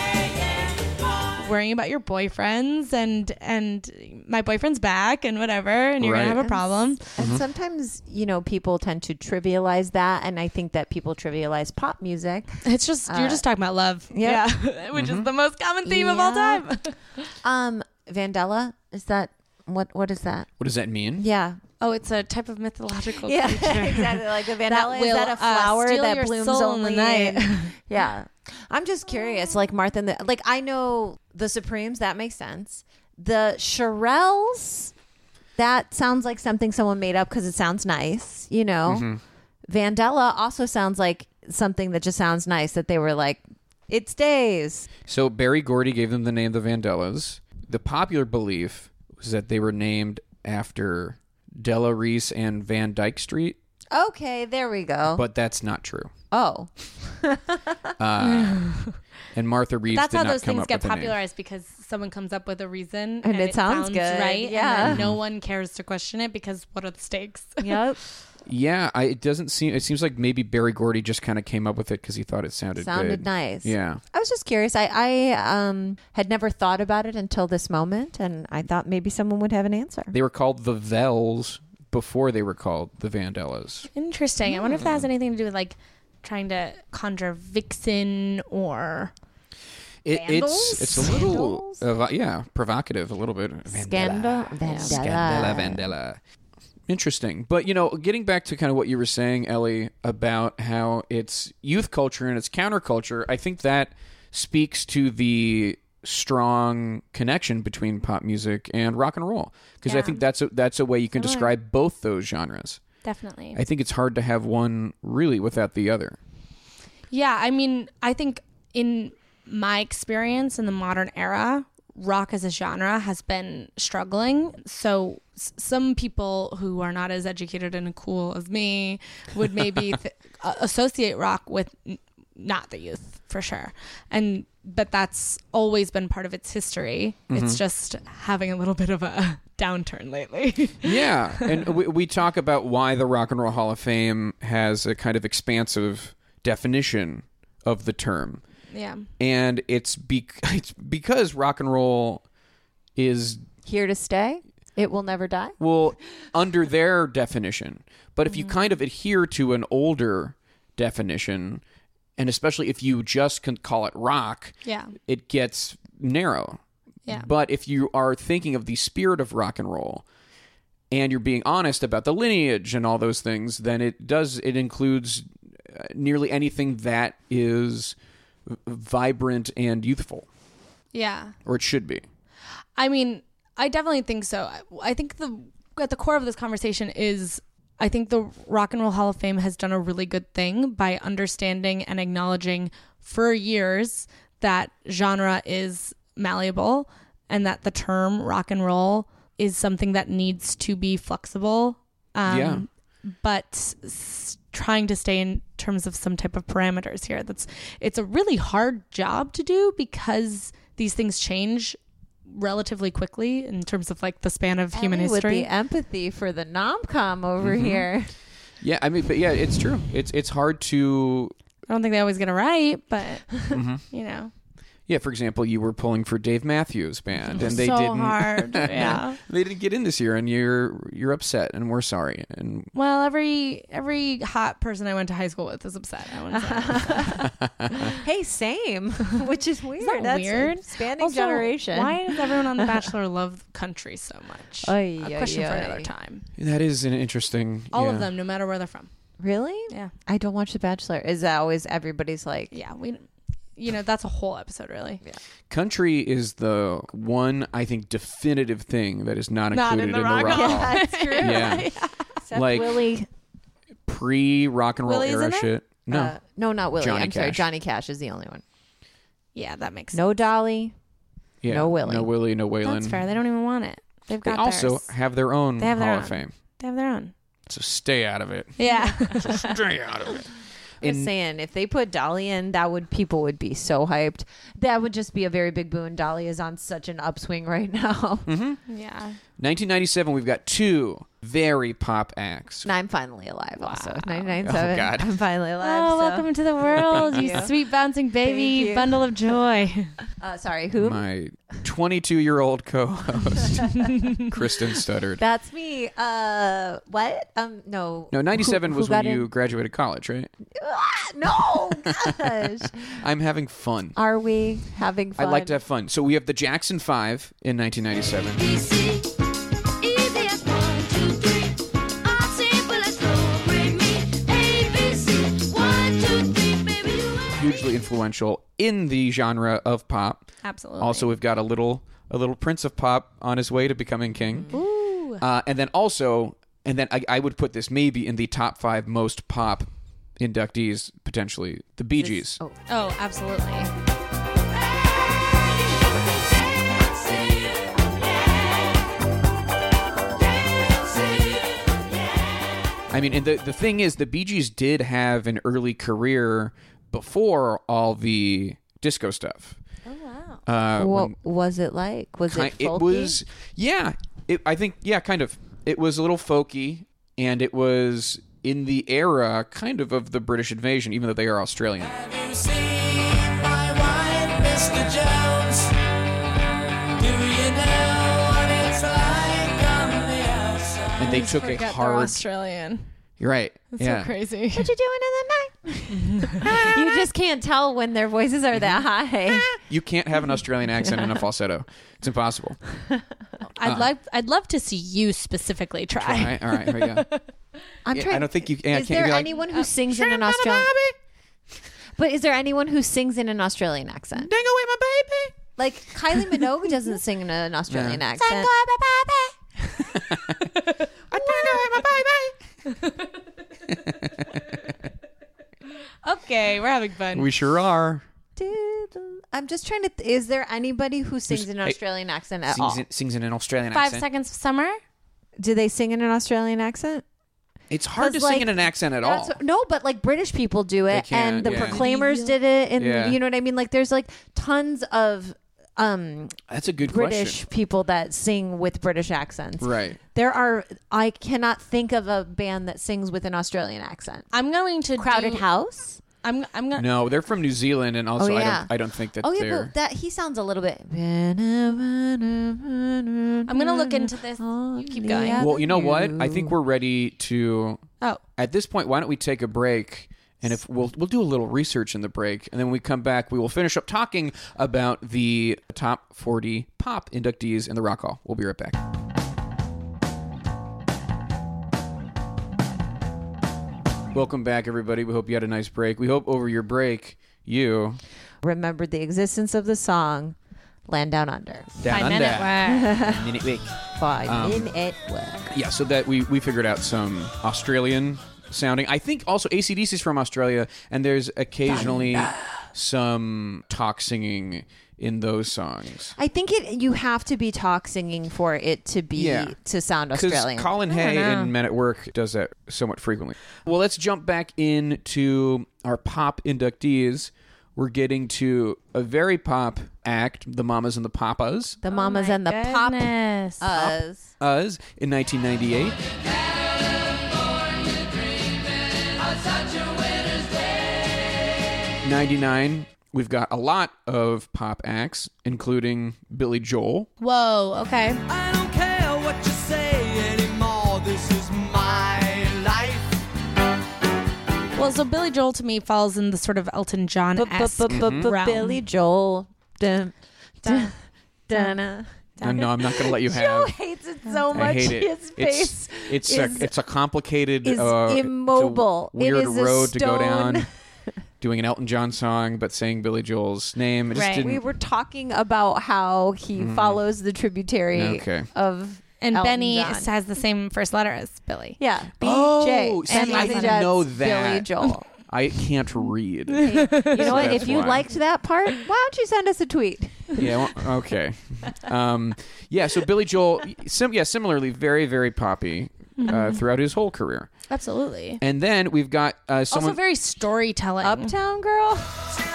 [SPEAKER 3] worrying about your boyfriends and and my boyfriend's back and whatever, and you're
[SPEAKER 1] Right.
[SPEAKER 3] gonna have a problem.
[SPEAKER 2] And sometimes, you know, people tend to trivialize that. And I think that people trivialize pop music.
[SPEAKER 3] It's just you're just talking about love.
[SPEAKER 2] yeah.
[SPEAKER 3] Uh, *laughs* which
[SPEAKER 1] Mm-hmm.
[SPEAKER 3] is the most common theme of all
[SPEAKER 2] Yeah.
[SPEAKER 3] time. *laughs*
[SPEAKER 2] Um, Vandella, is that what? What is that?
[SPEAKER 1] what does that mean?
[SPEAKER 2] Yeah.
[SPEAKER 3] Oh, it's a type of mythological
[SPEAKER 2] Yeah, *laughs*
[SPEAKER 3] *laughs*
[SPEAKER 2] exactly. Like the Vandella, is
[SPEAKER 3] will,
[SPEAKER 2] that a
[SPEAKER 3] uh,
[SPEAKER 2] flower
[SPEAKER 3] steal
[SPEAKER 2] that
[SPEAKER 3] your
[SPEAKER 2] blooms
[SPEAKER 3] soul in the
[SPEAKER 2] only *laughs*
[SPEAKER 3] night. *laughs*
[SPEAKER 2] in- yeah, I'm just curious. Like Martha, and the, like I know the Supremes. That makes sense. The Shirelles. That sounds like something someone made up because it sounds nice. You know,
[SPEAKER 1] Mm-hmm.
[SPEAKER 2] Vandella also sounds like something that just sounds nice. That they were like, it stays.
[SPEAKER 1] So Barry Gordy gave them the name the Vandellas. The popular belief was that they were named after Della Reese and Van Dyke Street,
[SPEAKER 2] Okay, there we go.
[SPEAKER 1] but that's not true.
[SPEAKER 2] oh,
[SPEAKER 1] And Martha Reeves
[SPEAKER 3] That's
[SPEAKER 1] did
[SPEAKER 3] how
[SPEAKER 1] not
[SPEAKER 3] those
[SPEAKER 1] come
[SPEAKER 3] things
[SPEAKER 1] up
[SPEAKER 3] get
[SPEAKER 1] with a name.
[SPEAKER 3] popularized because someone comes up with a reason
[SPEAKER 2] And it sounds good,
[SPEAKER 3] right?
[SPEAKER 2] yeah.
[SPEAKER 3] and then no one cares to question it because what are the stakes?
[SPEAKER 2] *laughs*
[SPEAKER 3] *laughs*
[SPEAKER 2] yep.
[SPEAKER 1] Yeah, I, it doesn't seem. It seems like maybe Barry Gordy just kind of came up with it because he thought it sounded
[SPEAKER 2] sounded
[SPEAKER 1] good.
[SPEAKER 2] nice.
[SPEAKER 1] Yeah.
[SPEAKER 2] I was just curious. I, I um, had never thought about it until this moment, and I thought maybe someone would have an answer.
[SPEAKER 1] They were called the Vels before they were called the Vandellas.
[SPEAKER 3] Interesting. I wonder if that
[SPEAKER 1] Hmm.
[SPEAKER 3] has anything to do with like trying to conjure vixen or
[SPEAKER 1] It, it's
[SPEAKER 2] Vandals?
[SPEAKER 1] it's a little
[SPEAKER 2] Vandals?
[SPEAKER 1] uh, yeah provocative a little bit. Vandella.
[SPEAKER 2] Scandal,
[SPEAKER 1] Scandella Vandella. Interesting. But, you know, getting back to kind of what you were saying, Ellie, about how it's youth culture and it's counterculture, I think that speaks to the strong connection between pop music and rock and roll because I think that's a, that's a way you can describe both those genres.
[SPEAKER 3] definitely.
[SPEAKER 1] I think it's hard to have one really without the other.
[SPEAKER 3] Yeah, I mean, I think in my experience in the modern era, rock as a genre has been struggling. So s- some people who are not as educated and cool as me would maybe th- a- associate rock with n- not the youth for sure. And but that's always been part of its history. It's just having a little bit of a *laughs* downturn lately.
[SPEAKER 1] Yeah, and we, we talk about why the Rock and Roll Hall of Fame has a kind of expansive definition of the term.
[SPEAKER 3] yeah.
[SPEAKER 1] and it's, be- *laughs* it's because rock and roll is
[SPEAKER 2] Here to stay. It will never die.
[SPEAKER 1] well under their definition but if you kind of adhere to an older definition and especially if you just can call it rock
[SPEAKER 3] Yeah.
[SPEAKER 1] it gets narrow
[SPEAKER 3] Yeah.
[SPEAKER 1] but if you are thinking of the spirit of rock and roll and you're being honest about the lineage and all those things then it does it includes uh, nearly anything that is v- vibrant and youthful
[SPEAKER 3] Yeah.
[SPEAKER 1] or it should be
[SPEAKER 3] I mean, I definitely think so. I, I think the at the core of this conversation is I think the Rock and Roll Hall of Fame has done a really good thing by understanding and acknowledging for years that genre is malleable and that the term rock and roll is something that needs to be flexible. Um,
[SPEAKER 1] Yeah.
[SPEAKER 3] But s- trying to stay in terms of some type of parameters here. That's it's a really hard job to do because these things change relatively quickly in terms of like the span of human
[SPEAKER 2] Ellie
[SPEAKER 3] history.
[SPEAKER 2] With the empathy for the nomcom over here.
[SPEAKER 1] Yeah, I mean, but yeah, it's true. It's it's hard to Mm-hmm.
[SPEAKER 3] I don't think they always get it right, but *laughs* you know,
[SPEAKER 1] Yeah, for example, you were pulling for Dave Matthews Band, and they
[SPEAKER 3] so
[SPEAKER 1] didn't. *laughs*
[SPEAKER 3] hard. Yeah.
[SPEAKER 1] They didn't get in this year, and you're you're upset, and we're sorry, and
[SPEAKER 3] Well, every every hot person I went to high school with is upset. I wouldn't say.
[SPEAKER 2] *laughs* Hey, same, *laughs*
[SPEAKER 3] *laughs*
[SPEAKER 2] which is weird.
[SPEAKER 3] that
[SPEAKER 2] That's
[SPEAKER 3] weird?
[SPEAKER 2] Expanding
[SPEAKER 3] Also,
[SPEAKER 2] generation.
[SPEAKER 3] Why does everyone *laughs* on The Bachelor love country so much?
[SPEAKER 2] Ay,
[SPEAKER 3] A
[SPEAKER 2] ay,
[SPEAKER 3] question for
[SPEAKER 2] ay.
[SPEAKER 3] another time.
[SPEAKER 1] that is an interesting.
[SPEAKER 3] All
[SPEAKER 1] yeah.
[SPEAKER 3] of them, no matter where they're from.
[SPEAKER 2] Really?
[SPEAKER 3] Yeah.
[SPEAKER 2] I don't watch The Bachelor. Is that always everybody's like? uh,
[SPEAKER 3] Yeah, we. You know, that's a whole episode, really. Yeah.
[SPEAKER 1] Country is the one I think definitive thing that is not included
[SPEAKER 3] Not in the rock *laughs*
[SPEAKER 1] rock
[SPEAKER 3] hall.
[SPEAKER 1] hall.
[SPEAKER 2] That's true.
[SPEAKER 3] *laughs*
[SPEAKER 1] Yeah,
[SPEAKER 2] Except
[SPEAKER 1] Like,
[SPEAKER 2] Willie.
[SPEAKER 1] pre rock and roll
[SPEAKER 2] Willie's
[SPEAKER 1] era
[SPEAKER 2] in it?
[SPEAKER 1] shit. No,
[SPEAKER 2] Uh, no, not Willie.
[SPEAKER 1] Johnny
[SPEAKER 2] I'm sorry.
[SPEAKER 1] Cash.
[SPEAKER 2] Johnny Cash is the only one.
[SPEAKER 3] that makes sense.
[SPEAKER 2] No Dolly.
[SPEAKER 1] yeah,
[SPEAKER 2] no Willie.
[SPEAKER 1] no Willie, no Waylon.
[SPEAKER 3] That's fair. They don't even want it. They've
[SPEAKER 1] They
[SPEAKER 3] got
[SPEAKER 1] also
[SPEAKER 3] theirs.
[SPEAKER 1] have their own
[SPEAKER 3] They have their
[SPEAKER 1] Hall
[SPEAKER 3] own.
[SPEAKER 1] of Fame,
[SPEAKER 3] They have their own.
[SPEAKER 1] so stay out of
[SPEAKER 3] *laughs*
[SPEAKER 1] it.
[SPEAKER 3] Yeah.
[SPEAKER 1] Stay out of it.
[SPEAKER 2] Just saying, if they put Dolly in, that would people would be so hyped. That would just be a very big boon. Dolly is on such an upswing right
[SPEAKER 1] *laughs*
[SPEAKER 2] now.
[SPEAKER 3] yeah.
[SPEAKER 1] 1997, we've got two very pop acts.
[SPEAKER 2] And I'm finally alive. Also, ninety nine
[SPEAKER 1] Oh, God.
[SPEAKER 2] I'm finally alive.
[SPEAKER 3] Oh,
[SPEAKER 2] so-
[SPEAKER 3] welcome to the world, *laughs* you sweet bouncing
[SPEAKER 2] Thank
[SPEAKER 3] baby
[SPEAKER 2] you.
[SPEAKER 3] bundle of *laughs* joy.
[SPEAKER 2] Uh, sorry, who?
[SPEAKER 1] My 22 year old co
[SPEAKER 2] *laughs*
[SPEAKER 1] host, Kristen Studdard.
[SPEAKER 2] That's me. Uh, what? Um, no.
[SPEAKER 1] No, 97
[SPEAKER 2] Who- who
[SPEAKER 1] was
[SPEAKER 2] got
[SPEAKER 1] when you
[SPEAKER 2] in?
[SPEAKER 1] graduated college, right?
[SPEAKER 2] Ah, no,
[SPEAKER 1] *laughs*
[SPEAKER 2] gosh.
[SPEAKER 1] I'm having fun.
[SPEAKER 2] Are we having
[SPEAKER 1] I
[SPEAKER 2] fun?
[SPEAKER 1] like to have fun. So we have the Jackson Five in 1997. Hugely influential in the genre of pop.
[SPEAKER 3] Absolutely.
[SPEAKER 1] Also, we've got a little a little prince of pop on his way to becoming king. Ooh. Uh, and then also, and then I, I would put this maybe in the top five most pop inductees potentially. The Bee Gees.
[SPEAKER 3] Oh, absolutely.
[SPEAKER 1] I mean, and the the thing is, the Bee Gees did have an early career before all the disco stuff. Oh wow! Uh,
[SPEAKER 2] What was it like? Was
[SPEAKER 1] Ki-
[SPEAKER 2] it folky?
[SPEAKER 1] was yeah it, i think yeah kind of it was a little folky and it was in the era kind of of the british invasion even though they are
[SPEAKER 3] *gasps*
[SPEAKER 1] australian and they took a
[SPEAKER 3] Forget they're
[SPEAKER 1] hard
[SPEAKER 3] Australian.
[SPEAKER 1] you're right yeah
[SPEAKER 3] So crazy.
[SPEAKER 2] What you doing in the night? *laughs* you just can't tell when their voices are that
[SPEAKER 1] Mm-hmm.
[SPEAKER 2] high.
[SPEAKER 1] you can't have an australian accent
[SPEAKER 3] *laughs*
[SPEAKER 1] and a falsetto it's impossible
[SPEAKER 3] I'd like I'd love to see you specifically try.
[SPEAKER 1] all right all right here we go
[SPEAKER 3] *laughs*
[SPEAKER 2] I'm
[SPEAKER 1] Yeah,
[SPEAKER 2] trying.
[SPEAKER 1] i don't think you yeah, I
[SPEAKER 2] is
[SPEAKER 1] can't
[SPEAKER 2] there
[SPEAKER 1] be like, "Oh,
[SPEAKER 2] anyone who sings in an Australian? But is there anyone who sings in an Australian accent?
[SPEAKER 1] take away my baby
[SPEAKER 2] Like Kylie Minogue doesn't sing
[SPEAKER 1] *laughs*
[SPEAKER 2] in an Australian accent.
[SPEAKER 3] Okay, we're having fun.
[SPEAKER 1] we sure are
[SPEAKER 2] Do the- I'm just trying to. Th- is there anybody who sings in an
[SPEAKER 1] Hey,
[SPEAKER 2] Australian accent at all?
[SPEAKER 1] sings in, sings in an australian
[SPEAKER 3] Five
[SPEAKER 1] accent
[SPEAKER 3] seconds of summer.
[SPEAKER 2] Do they sing in an Australian accent?
[SPEAKER 1] it's hard to
[SPEAKER 2] 'Cause,
[SPEAKER 1] sing in
[SPEAKER 2] like,
[SPEAKER 1] an accent at all
[SPEAKER 2] That's what- no, but like British people do it,
[SPEAKER 1] can't,
[SPEAKER 2] and the
[SPEAKER 1] yeah.
[SPEAKER 2] Proclaimers did it, and
[SPEAKER 1] Yeah.
[SPEAKER 2] you know what I mean. Like there's like tons of um
[SPEAKER 1] that's a good
[SPEAKER 2] British
[SPEAKER 1] question
[SPEAKER 2] people that sing with British accents.
[SPEAKER 1] right
[SPEAKER 2] There are I cannot think of a band that sings with an Australian accent.
[SPEAKER 3] I'm going to
[SPEAKER 2] Crowded
[SPEAKER 3] do,
[SPEAKER 2] House.
[SPEAKER 3] I'm I'm gonna
[SPEAKER 1] No, they're from New Zealand, and also
[SPEAKER 2] oh
[SPEAKER 1] I,
[SPEAKER 2] yeah,
[SPEAKER 1] don't, I don't think that
[SPEAKER 2] Oh yeah,
[SPEAKER 1] they're.
[SPEAKER 2] but that he sounds a little bit.
[SPEAKER 3] I'm gonna look into this. You keep going.
[SPEAKER 2] Yeah.
[SPEAKER 1] well, you know what? I think we're ready to.
[SPEAKER 3] Oh.
[SPEAKER 1] At this point, why don't we take a break? And if we'll we'll do a little research in the break, and then when we come back, we will finish up talking about the top forty pop inductees in the Rock Hall. We'll be right back. Welcome back, everybody. We hope you had a nice break. We hope over your break, you
[SPEAKER 2] Remembered the existence of the song "Land Down Under"
[SPEAKER 1] down
[SPEAKER 3] Five
[SPEAKER 1] under.
[SPEAKER 3] minute wow.
[SPEAKER 1] Five *laughs* minute week.
[SPEAKER 2] by
[SPEAKER 1] Um,
[SPEAKER 2] Minute Work.
[SPEAKER 1] Yeah, so that we we figured out some Australian sounding. I think also ACDC is from Australia, and there's occasionally some talk singing in those songs.
[SPEAKER 2] I think it you have to be talk singing for it to be
[SPEAKER 1] Yeah.
[SPEAKER 2] to sound Australian.
[SPEAKER 1] Colin Hay in Men at Work does that somewhat frequently. Well, let's jump back into our pop inductees. We're getting to a very pop act, the Mamas and the Papas,
[SPEAKER 2] the mamas and the
[SPEAKER 3] Goodness.
[SPEAKER 2] pop us.
[SPEAKER 1] us in 1998. Ninety-nine We've got a lot of pop acts, including Billy Joel.
[SPEAKER 3] Whoa, okay.
[SPEAKER 4] I don't care what you say anymore. This is my life.
[SPEAKER 3] Well, so Billy Joel to me falls in the sort of Elton John esque
[SPEAKER 1] Hmm?
[SPEAKER 3] realm.
[SPEAKER 2] Billy Joel. Dun, dun, dun,
[SPEAKER 1] Uh, no, I'm not going to
[SPEAKER 2] *laughs*
[SPEAKER 1] let you
[SPEAKER 2] Joe
[SPEAKER 1] have.
[SPEAKER 2] hates it so
[SPEAKER 1] I
[SPEAKER 2] much.
[SPEAKER 1] hate it.
[SPEAKER 2] His face
[SPEAKER 1] It's it's
[SPEAKER 2] is-
[SPEAKER 1] a it's a complicated
[SPEAKER 2] is
[SPEAKER 1] uh, it's a
[SPEAKER 2] immobile. It
[SPEAKER 1] weird
[SPEAKER 2] is a
[SPEAKER 1] road to go
[SPEAKER 2] stone. *laughs*
[SPEAKER 1] down. Doing an Elton John song, but saying Billy Joel's name. It just
[SPEAKER 3] Right.
[SPEAKER 1] didn't.
[SPEAKER 2] we were talking about how he follows the tributary
[SPEAKER 1] Mm-hmm. Okay.
[SPEAKER 2] of
[SPEAKER 3] and
[SPEAKER 2] Elton
[SPEAKER 3] Benny
[SPEAKER 2] John.
[SPEAKER 3] has the same first letter as Billy.
[SPEAKER 2] yeah B
[SPEAKER 1] Oh,
[SPEAKER 2] J
[SPEAKER 1] see,
[SPEAKER 2] and then
[SPEAKER 3] I didn't
[SPEAKER 2] that's
[SPEAKER 1] know
[SPEAKER 2] Billy
[SPEAKER 1] that.
[SPEAKER 2] Joel.
[SPEAKER 1] I can't
[SPEAKER 2] *laughs*
[SPEAKER 1] read.
[SPEAKER 2] You know what?
[SPEAKER 1] that's
[SPEAKER 2] If you
[SPEAKER 1] why.
[SPEAKER 2] liked that part, why don't you send us a tweet?
[SPEAKER 1] yeah. Well, okay. Um, yeah. So Billy Joel, sim- yeah, similarly, very very poppy uh,
[SPEAKER 3] Mm-hmm.
[SPEAKER 1] throughout his whole career.
[SPEAKER 3] Absolutely.
[SPEAKER 1] And then we've got uh, someone.
[SPEAKER 3] also very storytelling.
[SPEAKER 2] Uptown Girl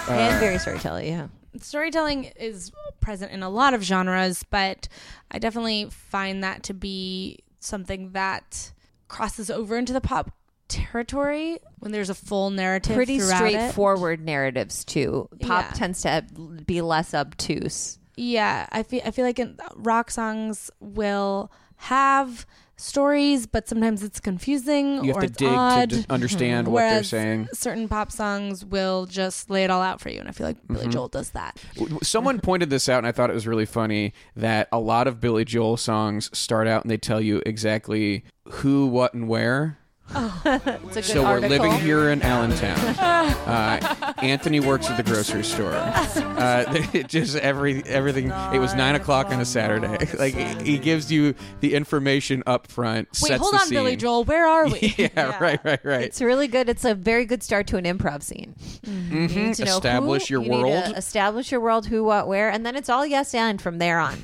[SPEAKER 2] and very storytelling. Yeah,
[SPEAKER 3] storytelling is present in a lot of genres, but I definitely find that to be something that crosses over into the pop territory when there's a full narrative.
[SPEAKER 2] pretty
[SPEAKER 3] throughout
[SPEAKER 2] straightforward narratives too. Pop
[SPEAKER 3] Yeah.
[SPEAKER 2] tends to have- be less obtuse.
[SPEAKER 3] It. Yeah, I feel I feel like in, rock songs will have stories, but sometimes it's confusing
[SPEAKER 1] you have
[SPEAKER 3] or
[SPEAKER 1] to
[SPEAKER 3] it's
[SPEAKER 1] dig
[SPEAKER 3] odd.
[SPEAKER 1] to d- understand what they're
[SPEAKER 3] Whereas
[SPEAKER 1] saying.
[SPEAKER 3] certain pop songs will just lay it all out for you, and I feel like Billy
[SPEAKER 1] Mm-hmm.
[SPEAKER 3] Joel does that.
[SPEAKER 1] *laughs* W- Someone pointed this out, and I thought it was really funny that a lot of Billy Joel songs start out and they tell you exactly who, what, and where.
[SPEAKER 2] It's a good
[SPEAKER 1] So we're living here in Allentown. Uh, Anthony works at the grocery store. Uh, *laughs* it just every everything. It was nine o'clock on a Saturday. *laughs* Like he gives you the information up front.
[SPEAKER 3] Wait,
[SPEAKER 1] sets
[SPEAKER 3] hold
[SPEAKER 1] the
[SPEAKER 3] on, Billy
[SPEAKER 1] scene.
[SPEAKER 3] Joel, where are we?
[SPEAKER 1] *laughs*
[SPEAKER 2] *laughs*
[SPEAKER 1] Yeah, right, right, right.
[SPEAKER 2] It's really good. It's a very good start to an improv scene. You need to know
[SPEAKER 1] Mm-hmm. Establish
[SPEAKER 2] who,
[SPEAKER 1] your
[SPEAKER 2] you need to
[SPEAKER 1] world.
[SPEAKER 2] establish your world. Who, what, where, and then it's all yes and from there on.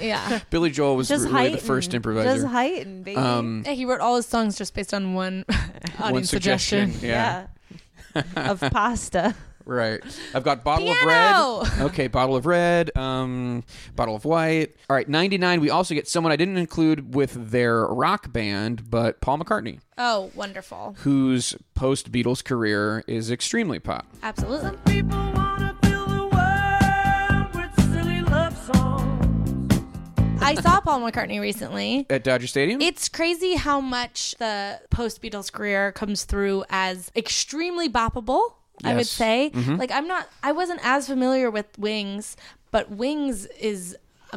[SPEAKER 3] yeah.
[SPEAKER 1] Billy Joel was
[SPEAKER 2] Just
[SPEAKER 1] really
[SPEAKER 2] heighten.
[SPEAKER 1] the first improviser.
[SPEAKER 2] Just heighten, baby.
[SPEAKER 1] Um,
[SPEAKER 3] Yeah, he wrote all his songs just based on one *laughs* audience
[SPEAKER 1] one suggestion.
[SPEAKER 3] suggestion.
[SPEAKER 1] Yeah.
[SPEAKER 2] of pasta.
[SPEAKER 1] Right. I've got bottle of red.
[SPEAKER 3] Piano! *laughs*
[SPEAKER 1] Okay, bottle of red, um, bottle of white. All right, 99. We also get someone I didn't include with their rock band, but Paul McCartney,
[SPEAKER 3] Oh, wonderful.
[SPEAKER 1] whose post Beatles career is extremely pop.
[SPEAKER 3] Absolutely.
[SPEAKER 4] People wanna fill the world with silly love songs.
[SPEAKER 3] I saw Paul McCartney recently.
[SPEAKER 1] At Dodger Stadium?
[SPEAKER 3] It's crazy how much the post Beatles career comes through as extremely boppable, I would
[SPEAKER 1] Yes. Mm-hmm.
[SPEAKER 3] say. Like I'm not I wasn't as familiar with Wings, but Wings is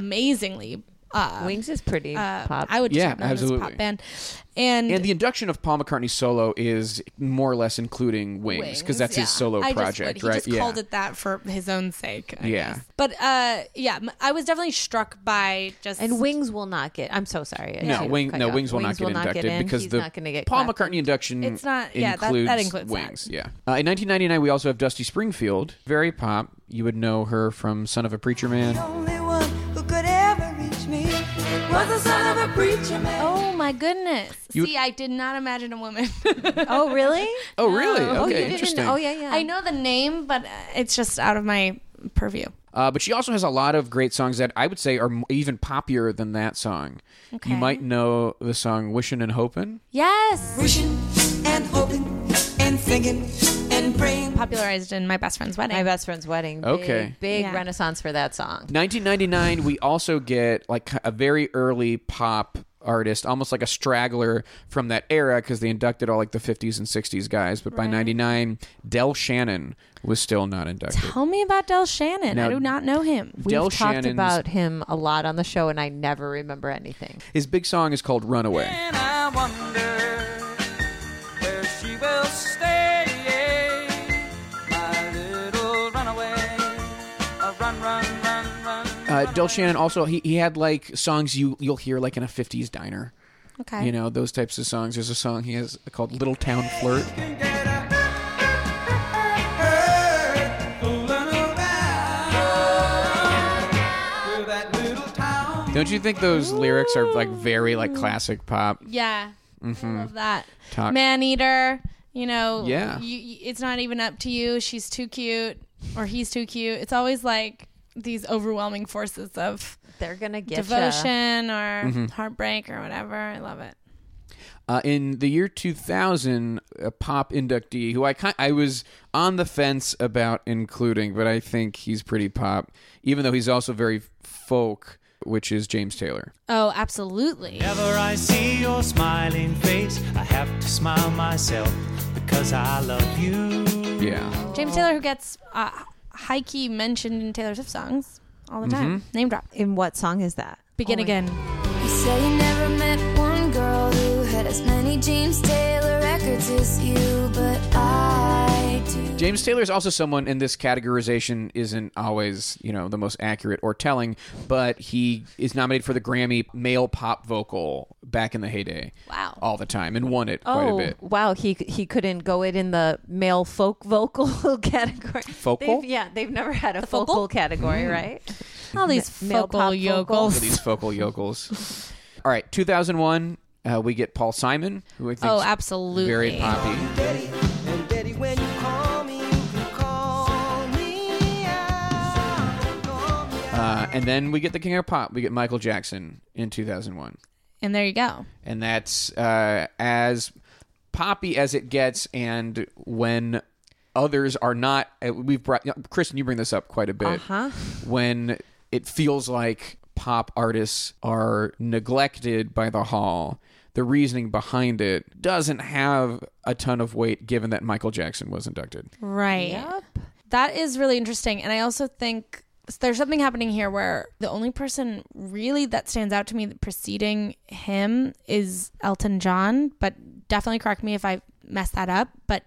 [SPEAKER 3] amazingly uh,
[SPEAKER 2] Wings is pretty
[SPEAKER 3] uh,
[SPEAKER 2] pop.
[SPEAKER 3] I would
[SPEAKER 1] Yeah,
[SPEAKER 3] describe them as a
[SPEAKER 1] absolutely.
[SPEAKER 3] pop band. And,
[SPEAKER 1] and the induction of Paul McCartney solo is more or less including Wings, because that's
[SPEAKER 3] yeah.
[SPEAKER 1] his solo
[SPEAKER 3] I just
[SPEAKER 1] project,
[SPEAKER 3] would- he
[SPEAKER 1] right?
[SPEAKER 3] just
[SPEAKER 1] yeah.
[SPEAKER 3] called it that for his own sake. I
[SPEAKER 1] Yeah.
[SPEAKER 3] guess. But uh, yeah, m- I was definitely struck by just
[SPEAKER 2] and Wings will not get. I'm so sorry. I
[SPEAKER 1] No,
[SPEAKER 2] should
[SPEAKER 1] wing,
[SPEAKER 2] cut
[SPEAKER 1] no,
[SPEAKER 2] you off.
[SPEAKER 1] Wings will not get inducted
[SPEAKER 2] in.
[SPEAKER 1] because
[SPEAKER 2] He's
[SPEAKER 1] the
[SPEAKER 2] not going to get
[SPEAKER 1] Paul
[SPEAKER 2] clapped.
[SPEAKER 1] McCartney induction
[SPEAKER 3] It's not- yeah, that- that
[SPEAKER 1] includes,
[SPEAKER 3] includes that.
[SPEAKER 1] Wings. Yeah. Uh, in 1999, we also have Dusty Springfield, very pop. You would know her from Son of a Preacher Man.
[SPEAKER 4] Only one who could ever reach me was the son of a preacher man.
[SPEAKER 3] Oh my goodness!
[SPEAKER 1] You-
[SPEAKER 3] See, I did not imagine a woman.
[SPEAKER 2] Oh, really?
[SPEAKER 3] *laughs*
[SPEAKER 1] Oh, really?
[SPEAKER 3] Oh,
[SPEAKER 1] Okay,
[SPEAKER 2] you
[SPEAKER 1] interesting.
[SPEAKER 2] Didn't, oh, yeah, yeah.
[SPEAKER 3] I know the name, but uh, it's just out of my purview.
[SPEAKER 1] Uh, but she also has a lot of great songs that I would say are m- even poppier than that song. You
[SPEAKER 3] Okay.
[SPEAKER 1] might know the song "Wishing and Hoping."
[SPEAKER 3] Yes,
[SPEAKER 4] Wishing and hoping and thinking and praying.
[SPEAKER 3] popularized in my best friend's wedding.
[SPEAKER 2] My best friend's wedding. Big-
[SPEAKER 1] Okay.
[SPEAKER 2] Big,
[SPEAKER 3] Yeah.
[SPEAKER 2] renaissance for that song.
[SPEAKER 1] 1999, we also get like a very early pop artist, almost like a straggler from that era because they inducted all like the 50s and 60s guys. But by 99, Del Shannon was still not inducted.
[SPEAKER 3] Tell me about Del Shannon.
[SPEAKER 1] Now-
[SPEAKER 3] I do not know him.
[SPEAKER 1] Del
[SPEAKER 2] We've talked
[SPEAKER 1] Shannon's-
[SPEAKER 2] about him a lot on the show, and I never remember anything.
[SPEAKER 1] His big song is called "Runaway."
[SPEAKER 4] And I wonder where she will stay. My little runaway. A run, run, run, run.
[SPEAKER 1] Uh, Del Shannon also he, he had like songs you you'll hear like in a 50s diner.
[SPEAKER 3] Okay.
[SPEAKER 1] You know those types of songs. There's a song he has called "Little Town Flirt."
[SPEAKER 4] Can get up. Hurt. Go run around through that little town.
[SPEAKER 1] Don't you think those lyrics are like very like classic pop?
[SPEAKER 3] Yeah. I love that.
[SPEAKER 1] Mm-hmm. Talk-
[SPEAKER 3] Man eater. You know.
[SPEAKER 1] Yeah.
[SPEAKER 3] You, you- it's not even up to you. She's too cute, or he's too cute. It's always like these overwhelming forces of
[SPEAKER 2] They're going to get ya.
[SPEAKER 1] Mm-hmm.
[SPEAKER 3] devotion or heartbreak or whatever. I love it.
[SPEAKER 1] Uh, in the year 2000, a pop inductee who I ki- I was on the fence about including, but I think he's pretty pop, even though he's also very folk, which is James Taylor.
[SPEAKER 3] Oh, absolutely.
[SPEAKER 7] Whenever I see your smiling face, I have to smile myself because I love you.
[SPEAKER 1] Yeah,
[SPEAKER 3] James Taylor, who gets uh, high key mentioned in Taylor Swift songs all the time. Name drop.
[SPEAKER 2] In what song is that? Oh
[SPEAKER 3] Begin again.
[SPEAKER 8] You say you never met one girl who had as many James Taylor records as you, but I do.
[SPEAKER 1] James Taylor is also someone, and this categorization isn't always you know the most accurate or telling, but he is nominated for the Grammy Male Pop Vocal back in the heyday.
[SPEAKER 3] Wow.
[SPEAKER 1] all the time and won it quite a
[SPEAKER 2] Oh
[SPEAKER 1] bit.
[SPEAKER 2] wow, he he couldn't go it in the male folk vocal *laughs* category.
[SPEAKER 1] Focal? Mm.
[SPEAKER 2] They've- yeah, they've never had a
[SPEAKER 3] focal?
[SPEAKER 2] focal, category, right?
[SPEAKER 3] All these
[SPEAKER 2] Ma- *laughs* male
[SPEAKER 3] focal
[SPEAKER 2] pop
[SPEAKER 3] yokels.
[SPEAKER 2] vocals.
[SPEAKER 1] these focal yokels. All right, 2001, uh, we get Paul Simon, who I think
[SPEAKER 3] Oh, absolutely.
[SPEAKER 1] very poppy.
[SPEAKER 6] And Betty, when you call me, you can call me out. Call me out.
[SPEAKER 1] Uh, and then we get the king of pop. We get Michael Jackson in 2001,
[SPEAKER 3] And there you go.
[SPEAKER 1] and that's uh, as poppy as it gets. And when others are not, uh, we've brought you know, Kristen. You bring this up quite a bit.
[SPEAKER 2] Uh-huh.
[SPEAKER 1] When it feels like pop artists are neglected by the hall. The reasoning behind it doesn't have a ton of weight given that Michael Jackson was inducted.
[SPEAKER 3] Right. That is really interesting. And I also think there's something happening here where the only person really that stands out to me preceding him is Elton John, but definitely correct me if I mess that up, but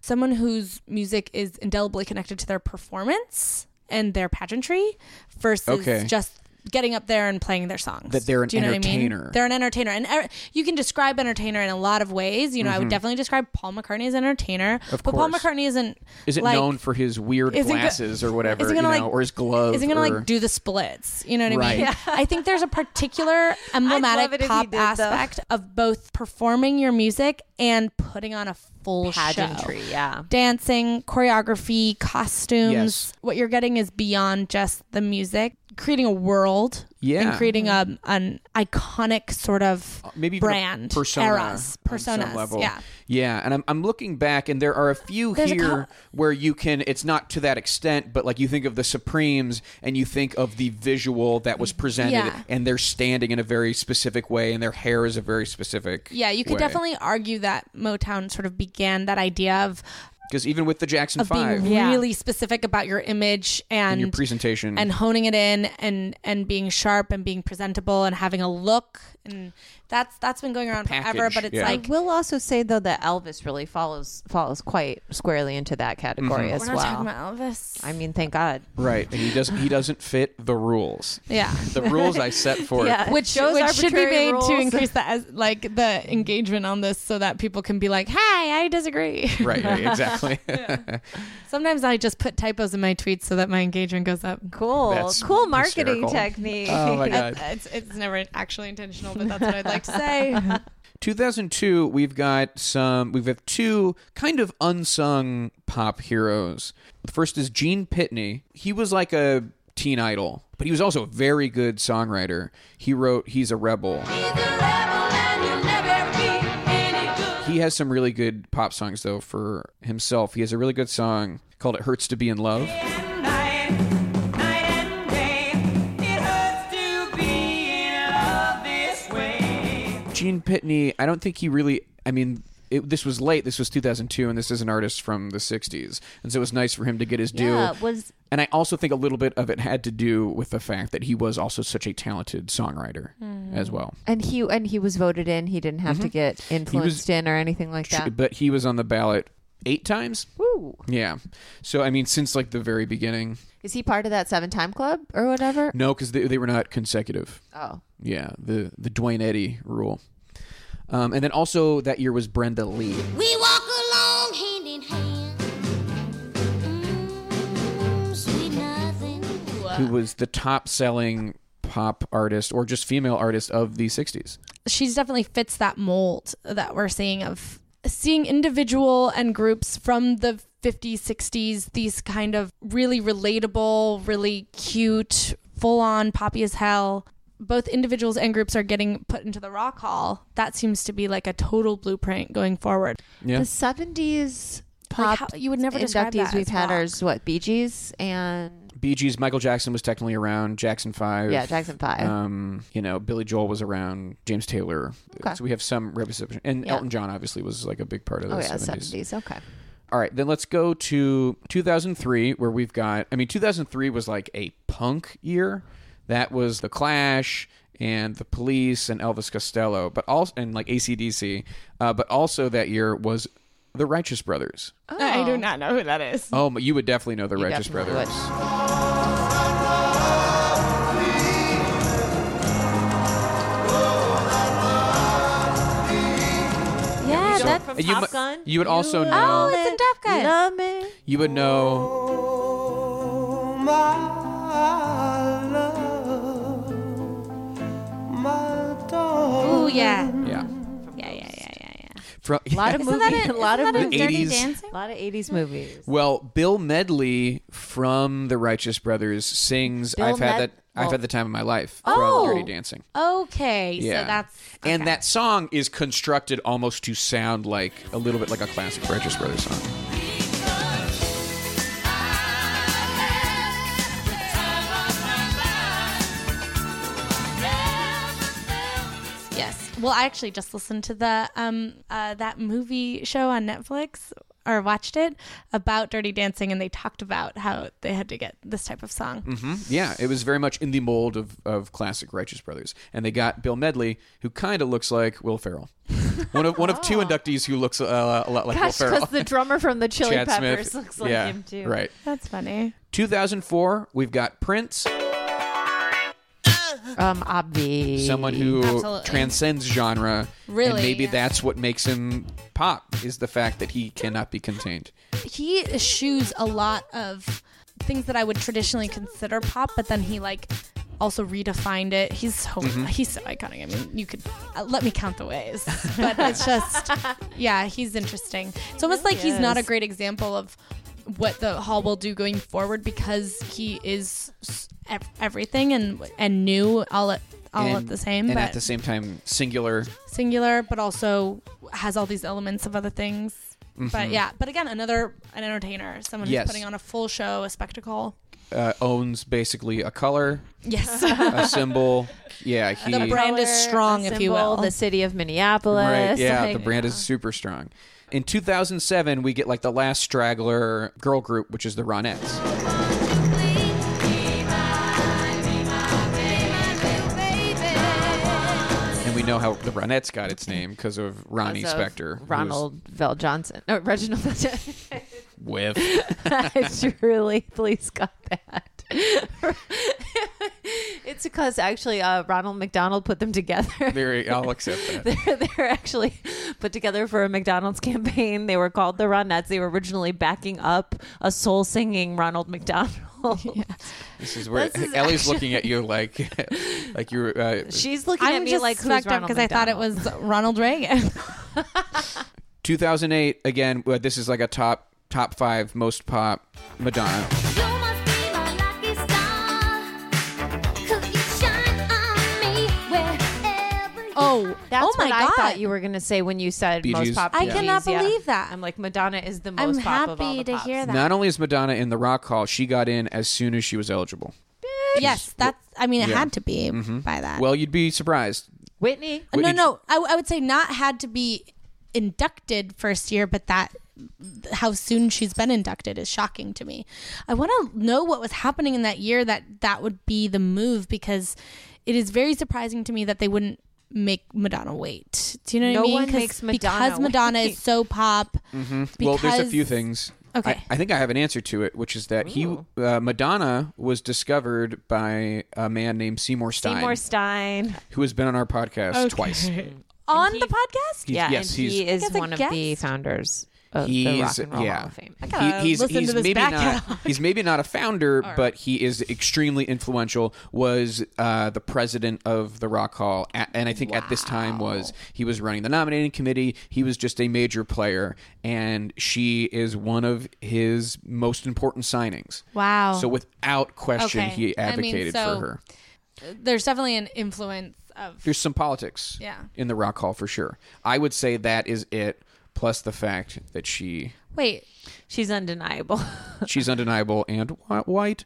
[SPEAKER 3] someone whose music is indelibly connected to their performance and their pageantry versus
[SPEAKER 1] Okay.
[SPEAKER 3] just getting up there and playing their songs.
[SPEAKER 1] That they're an
[SPEAKER 3] Do you know what I mean?
[SPEAKER 1] entertainer.
[SPEAKER 3] They're an entertainer. And er- you can describe entertainer in a lot of ways. You know, I
[SPEAKER 2] Mm-hmm.
[SPEAKER 3] would definitely describe Paul McCartney as an entertainer.
[SPEAKER 1] Of
[SPEAKER 3] but Paul
[SPEAKER 1] course.
[SPEAKER 3] McCartney isn't
[SPEAKER 1] isn't
[SPEAKER 3] like,
[SPEAKER 1] known for his weird
[SPEAKER 3] isn't go-
[SPEAKER 1] glasses or whatever,
[SPEAKER 3] isn't
[SPEAKER 1] you know,
[SPEAKER 3] gonna, like-
[SPEAKER 1] or his glove.
[SPEAKER 3] isn't gonna
[SPEAKER 1] or-
[SPEAKER 3] like do the splits. You know what I
[SPEAKER 1] Right.
[SPEAKER 3] mean?
[SPEAKER 1] Yeah.
[SPEAKER 3] *laughs* I think there's
[SPEAKER 2] *laughs*
[SPEAKER 3] a particular
[SPEAKER 2] love it
[SPEAKER 3] emblematic
[SPEAKER 2] if he
[SPEAKER 3] pop
[SPEAKER 2] did, though.
[SPEAKER 3] aspect of both performing your music and putting on a full
[SPEAKER 2] Pageantry,
[SPEAKER 3] show.
[SPEAKER 2] yeah.
[SPEAKER 3] Dancing, choreography, costumes.
[SPEAKER 1] Yes.
[SPEAKER 3] What you're getting is beyond just the music. Creating a world
[SPEAKER 1] Yeah. Uh,
[SPEAKER 3] and creating a, an iconic sort of
[SPEAKER 1] maybe even a
[SPEAKER 3] brand
[SPEAKER 1] persona
[SPEAKER 3] eras
[SPEAKER 1] on some
[SPEAKER 3] personas
[SPEAKER 1] level.
[SPEAKER 3] yeah
[SPEAKER 1] yeah. And I'm, I'm looking back, and there are a few
[SPEAKER 3] There's a
[SPEAKER 1] here
[SPEAKER 3] cou-
[SPEAKER 1] where you can. It's not to that extent, but like you think of the Supremes, and you think of the visual that was presented,
[SPEAKER 3] Yeah.
[SPEAKER 1] and they're standing in a very specific way, and their hair is a very specific.
[SPEAKER 3] yeah you could definitely argue that motown sort of began that idea of
[SPEAKER 1] because even with the Jackson
[SPEAKER 3] of
[SPEAKER 1] Five
[SPEAKER 3] being
[SPEAKER 2] Yeah.
[SPEAKER 3] really specific about your image and
[SPEAKER 1] and your presentation,
[SPEAKER 3] and honing it in and and being sharp and being presentable and having a look and that's that's been going around forever
[SPEAKER 1] package,
[SPEAKER 3] but it's
[SPEAKER 1] yeah.
[SPEAKER 3] like
[SPEAKER 2] We'll also say though that Elvis really follows follows quite squarely into that category
[SPEAKER 1] Mm-hmm.
[SPEAKER 2] as
[SPEAKER 3] we're not
[SPEAKER 2] well.
[SPEAKER 3] talking about Elvis
[SPEAKER 2] I mean, thank God.
[SPEAKER 1] right? And he does he doesn't fit the rules.
[SPEAKER 3] yeah
[SPEAKER 1] The rules I set
[SPEAKER 3] *laughs*
[SPEAKER 1] for it.
[SPEAKER 3] which
[SPEAKER 2] Those
[SPEAKER 3] which should be
[SPEAKER 2] arbitrary
[SPEAKER 3] made
[SPEAKER 2] rules.
[SPEAKER 3] to increase the as, like the engagement on this so that people can be like hi I disagree *laughs*
[SPEAKER 1] Right, right, exactly.
[SPEAKER 3] sometimes I just put typos in my tweets so that my engagement goes up
[SPEAKER 2] Cool,
[SPEAKER 1] That's
[SPEAKER 2] cool marketing
[SPEAKER 1] hysterical.
[SPEAKER 2] technique.
[SPEAKER 1] Oh
[SPEAKER 2] *laughs*
[SPEAKER 1] my god.
[SPEAKER 3] it's it's never actually intentional but that's what I'd like to say
[SPEAKER 1] 2002 we've got some we've got two kind of unsung pop heroes the first is gene pitney he was like a teen idol but he was also a very good songwriter he wrote he's a rebel he has some really good pop songs though for himself he has a really good song called it hurts to be in love Gene Pitney, I don't think he really. I mean, it, this was late. This was 2002, and this is an artist from the 60s, and so it was nice for him to get his due.
[SPEAKER 2] Yeah, it was-
[SPEAKER 1] And I also think a little bit of it had to do with the fact that he was also such a talented songwriter as well.
[SPEAKER 2] And he and he was voted in. He didn't have to
[SPEAKER 1] Mm-hmm.
[SPEAKER 2] get influenced in or anything like that.
[SPEAKER 1] But he was on the ballot eight times.
[SPEAKER 2] Woo.
[SPEAKER 1] Yeah. So I mean, since like the very beginning.
[SPEAKER 2] Is he part of that seven time club or whatever?
[SPEAKER 1] No, because they, they were not consecutive.
[SPEAKER 2] Oh,
[SPEAKER 1] Yeah, the the Dwayne Eddy rule. Um, and then also that year was Brenda Lee.
[SPEAKER 8] We walk along hand in hand. Mm, sweet nothing.
[SPEAKER 1] who was the top selling pop artist or just female artist of the 60s.
[SPEAKER 3] she's definitely fits that mold that we're seeing of seeing individual and groups from the 50s 60s these kind of really relatable really cute full on poppy as hell both individuals and groups are getting put into the rock hall, that seems to be like a total blueprint going forward.
[SPEAKER 1] Yeah.
[SPEAKER 2] The seventies pop
[SPEAKER 3] Like, how- you would never describe
[SPEAKER 2] inductees
[SPEAKER 3] that
[SPEAKER 2] we've
[SPEAKER 3] as
[SPEAKER 2] had
[SPEAKER 3] rock.
[SPEAKER 2] are what Bee Gees and
[SPEAKER 1] Bee Gees, Michael Jackson was technically around. Jackson Five.
[SPEAKER 2] yeah Jackson Five.
[SPEAKER 1] Um, you know, Billy Joel was around. James Taylor.
[SPEAKER 2] Okay.
[SPEAKER 1] So we have some representation, and
[SPEAKER 2] Yeah.
[SPEAKER 1] Elton John obviously was like a big part of the
[SPEAKER 2] oh yeah,
[SPEAKER 1] 70s.
[SPEAKER 2] seventies. Okay.
[SPEAKER 1] All right, then let's go to 2003, where we've got. I mean, 2003 was like a punk year. That was the Clash and the Police and Elvis Costello, but also and like ACDC. Uh, but also that year was the Righteous Brothers.
[SPEAKER 3] I do not know who that is.
[SPEAKER 1] Oh, but you would definitely know the
[SPEAKER 2] You
[SPEAKER 1] Righteous
[SPEAKER 2] definitely
[SPEAKER 1] Brothers.
[SPEAKER 2] Yeah, that
[SPEAKER 1] And you, mu- you would also
[SPEAKER 2] Oh,
[SPEAKER 1] know.
[SPEAKER 2] it's in Top Gun. Love me.
[SPEAKER 1] You would know.
[SPEAKER 4] Oh, my love, my darling.
[SPEAKER 3] Oh yeah.
[SPEAKER 1] Yeah.
[SPEAKER 3] Yeah, yeah, yeah, yeah, yeah.
[SPEAKER 1] From,
[SPEAKER 2] A lot of movies. a lot of
[SPEAKER 1] in
[SPEAKER 2] movies.
[SPEAKER 1] Dirty 80s? Dancing?
[SPEAKER 2] A lot of eighties movies.
[SPEAKER 1] Well, Bill Medley from the Righteous Brothers sings
[SPEAKER 2] Bill
[SPEAKER 1] "I've had
[SPEAKER 2] Med-
[SPEAKER 1] that I've
[SPEAKER 2] well-
[SPEAKER 1] had the time of my life"
[SPEAKER 2] Oh.
[SPEAKER 1] from Dirty Dancing.
[SPEAKER 3] Okay,
[SPEAKER 1] Yeah.
[SPEAKER 3] so that's
[SPEAKER 1] And that song is constructed almost to sound like a little bit like a classic Righteous Brothers song.
[SPEAKER 3] yes. Well, I actually just listened to the um uh, that movie show on Netflix or watched it about Dirty Dancing, and they talked about how they had to get this type of song.
[SPEAKER 1] hmm Yeah, it was very much in the mold of, of classic Righteous Brothers, and they got Bill Medley, who kind of looks like Will Ferrell, one of one of two inductees who looks uh, a lot like
[SPEAKER 2] Gosh,
[SPEAKER 1] Will Ferrell.
[SPEAKER 2] because the drummer from the Chili
[SPEAKER 1] Chad
[SPEAKER 2] Peppers
[SPEAKER 1] Smith.
[SPEAKER 2] looks like
[SPEAKER 1] yeah,
[SPEAKER 2] him too.
[SPEAKER 1] Right.
[SPEAKER 3] That's funny.
[SPEAKER 1] 2004, we've got Prince,
[SPEAKER 2] Um, obvi.
[SPEAKER 1] someone who
[SPEAKER 3] Absolutely.
[SPEAKER 1] transcends genre. and
[SPEAKER 3] Really,
[SPEAKER 1] maybe
[SPEAKER 3] yeah.
[SPEAKER 1] that's what makes him pop is the fact that he cannot be contained.
[SPEAKER 3] He eschews a lot of things that I would traditionally consider pop, but then he like also redefined it. He's so
[SPEAKER 1] Mm-hmm.
[SPEAKER 3] he's so iconic. I mean, you could uh, let me count the ways, but it's just
[SPEAKER 1] *laughs*
[SPEAKER 3] yeah, he's interesting. It's almost like he's not a
[SPEAKER 2] is.
[SPEAKER 3] great example of what the hall will do going forward because he is s- ev- everything and and new all at all
[SPEAKER 1] and,
[SPEAKER 3] at the same,
[SPEAKER 1] and
[SPEAKER 3] but
[SPEAKER 1] at the same time, singular.
[SPEAKER 3] singular, but also has all these elements of other things. But yeah, but again, another an entertainer, someone who's
[SPEAKER 1] Mm-hmm. Yes.
[SPEAKER 3] putting on a full show, a spectacle.
[SPEAKER 1] uh, owns basically a color,
[SPEAKER 3] *laughs* Yes,
[SPEAKER 1] a symbol. Yeah, he.
[SPEAKER 3] The brand is strong, if you will.
[SPEAKER 2] The city of Minneapolis.
[SPEAKER 1] Right, yeah,
[SPEAKER 2] like-
[SPEAKER 1] the brand is super strong. In 2007, we get like the last straggler girl group, which is the Ronettes. And we know how the Ronettes got its name because of Ronnie
[SPEAKER 2] Because of
[SPEAKER 1] Spector. who was
[SPEAKER 2] Ronald Val Johnson. No, Reginald Val Johnson. *laughs*
[SPEAKER 1] With.
[SPEAKER 2] I truly, please got that. *laughs* it's because actually uh, Ronald McDonald put them together.
[SPEAKER 1] Very, I'll accept that.
[SPEAKER 2] *laughs* They're, they're actually put together for a McDonald's campaign. They were called the Ronettes. They were originally backing up a soul singing Ronald *laughs* McDonald.
[SPEAKER 1] This is where
[SPEAKER 2] This is
[SPEAKER 1] Ellie's
[SPEAKER 2] actually-
[SPEAKER 1] looking at you like, *laughs* like you're. Uh,
[SPEAKER 2] She's looking at
[SPEAKER 3] I'm
[SPEAKER 2] me
[SPEAKER 3] just
[SPEAKER 2] like who's
[SPEAKER 3] fucked up
[SPEAKER 2] Ronald
[SPEAKER 3] because I thought it
[SPEAKER 2] McDonald?
[SPEAKER 3] was Ronald Reagan.
[SPEAKER 1] 2008 again. uh, This is like a top top five most pop Madonna.
[SPEAKER 3] oh,
[SPEAKER 2] That's
[SPEAKER 3] oh my
[SPEAKER 2] what
[SPEAKER 3] god!
[SPEAKER 2] I thought you were going to say when you said
[SPEAKER 1] Bee
[SPEAKER 2] most
[SPEAKER 1] Gees.
[SPEAKER 2] pop.
[SPEAKER 1] I
[SPEAKER 2] Bee
[SPEAKER 3] cannot
[SPEAKER 2] Gees, yeah.
[SPEAKER 3] believe that.
[SPEAKER 2] I'm like Madonna is the most
[SPEAKER 3] I'm
[SPEAKER 2] pop of all
[SPEAKER 3] happy
[SPEAKER 2] the
[SPEAKER 3] to
[SPEAKER 2] pops.
[SPEAKER 3] hear that.
[SPEAKER 1] Not only is Madonna in the Rock Hall, she got in as soon as she was eligible.
[SPEAKER 3] *laughs* yes, that's. I mean, it
[SPEAKER 1] Yeah. Mm-hmm.
[SPEAKER 3] had to be by that.
[SPEAKER 1] Well, you'd be surprised.
[SPEAKER 2] Whitney.
[SPEAKER 3] no,
[SPEAKER 1] Whitney-
[SPEAKER 3] no, I, I would say not had to be inducted first year, but that how soon she's been inducted is shocking to me. I want to know what was happening in that year that that would be the move because it is very surprising to me that they wouldn't make Madonna wait. Do you know
[SPEAKER 2] No
[SPEAKER 3] what I mean?
[SPEAKER 2] one
[SPEAKER 3] 'Cause-
[SPEAKER 2] makes Madonna
[SPEAKER 3] because Madonna
[SPEAKER 2] wait. Mm-hmm.
[SPEAKER 3] is so pop.
[SPEAKER 1] well, there's a
[SPEAKER 3] because-
[SPEAKER 1] few things.
[SPEAKER 3] Okay.
[SPEAKER 1] I, I think I have an answer to it, which is that he uh, Madonna was discovered by a man named Seymour Stein,
[SPEAKER 2] Seymour Stein.
[SPEAKER 1] who has been on our podcast twice.
[SPEAKER 3] on the podcast.
[SPEAKER 1] He's-
[SPEAKER 2] Yeah,
[SPEAKER 1] yes,
[SPEAKER 2] and
[SPEAKER 1] he's
[SPEAKER 2] he is
[SPEAKER 3] As a
[SPEAKER 2] one of the
[SPEAKER 3] guest?
[SPEAKER 2] founders of the Rock
[SPEAKER 1] he's
[SPEAKER 2] and Roll
[SPEAKER 1] yeah.
[SPEAKER 2] Hall of Fame.
[SPEAKER 3] I gotta
[SPEAKER 1] he's
[SPEAKER 3] listen
[SPEAKER 1] he's
[SPEAKER 3] to this
[SPEAKER 1] maybe
[SPEAKER 3] back
[SPEAKER 1] not
[SPEAKER 3] catalog.
[SPEAKER 1] he's maybe not a founder,
[SPEAKER 3] *laughs*
[SPEAKER 1] but he is extremely influential. Was uh, the president of the Rock Hall, a and I think at this time was he was running the nominating committee. He was just a major player, and she is one of his most important signings.
[SPEAKER 3] Wow.
[SPEAKER 1] So without question,
[SPEAKER 3] Okay.
[SPEAKER 1] he
[SPEAKER 3] I mean,
[SPEAKER 1] advocated
[SPEAKER 3] so-
[SPEAKER 1] for her.
[SPEAKER 3] there's definitely an influence of
[SPEAKER 1] there's some politics
[SPEAKER 3] Yeah.
[SPEAKER 1] in the rock hall for sure i would say that is it plus the fact that she
[SPEAKER 3] wait
[SPEAKER 2] She's undeniable.
[SPEAKER 1] she's undeniable and wh- white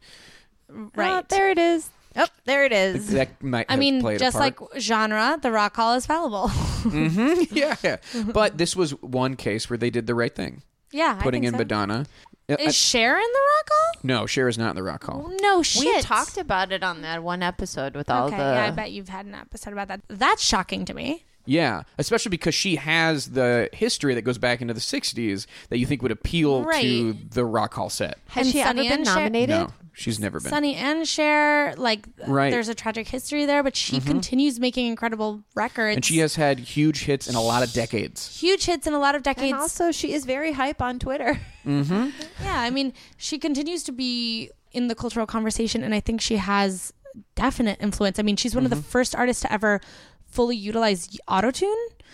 [SPEAKER 3] right
[SPEAKER 2] Ah, there it is. Oh, there it is.
[SPEAKER 1] that might
[SPEAKER 3] *laughs* I
[SPEAKER 1] have
[SPEAKER 3] mean,
[SPEAKER 1] played a
[SPEAKER 3] just
[SPEAKER 1] part.
[SPEAKER 3] like genre, the rock hall is fallible. *laughs*
[SPEAKER 1] *laughs* yeah but this was one case where they did the right thing
[SPEAKER 3] yeah,
[SPEAKER 1] putting
[SPEAKER 3] I
[SPEAKER 1] in
[SPEAKER 3] think so.
[SPEAKER 1] madonna Uh,
[SPEAKER 3] Is Cher in the rock hall?
[SPEAKER 1] no Cher is not in the rock hall
[SPEAKER 3] No shit.
[SPEAKER 2] We talked about it on that one episode with all
[SPEAKER 3] Okay,
[SPEAKER 2] the.
[SPEAKER 3] yeah, I bet you've had an episode about that. That's shocking to me.
[SPEAKER 1] Yeah, especially because she has the history that goes back into the 60s that you think would appeal to
[SPEAKER 3] Right.
[SPEAKER 1] the Rock Hall set.
[SPEAKER 2] Has
[SPEAKER 3] And
[SPEAKER 2] she ever
[SPEAKER 3] Sonny
[SPEAKER 2] been
[SPEAKER 3] and Cher-
[SPEAKER 2] nominated?
[SPEAKER 1] No, she's never been.
[SPEAKER 3] Sonny and Cher, like,
[SPEAKER 1] Right.
[SPEAKER 3] there's a tragic history there, but
[SPEAKER 2] Mm-hmm.
[SPEAKER 3] she continues making incredible records.
[SPEAKER 1] And she has had huge hits in a lot of decades.
[SPEAKER 3] huge hits in a lot of decades.
[SPEAKER 2] And also, she is very hype on Twitter. *laughs*
[SPEAKER 3] yeah, I mean, she continues to be in the cultural conversation, and I think she has definite influence. I mean, she's one of
[SPEAKER 2] Mm-hmm.
[SPEAKER 3] the first artists to ever fully utilize autotune.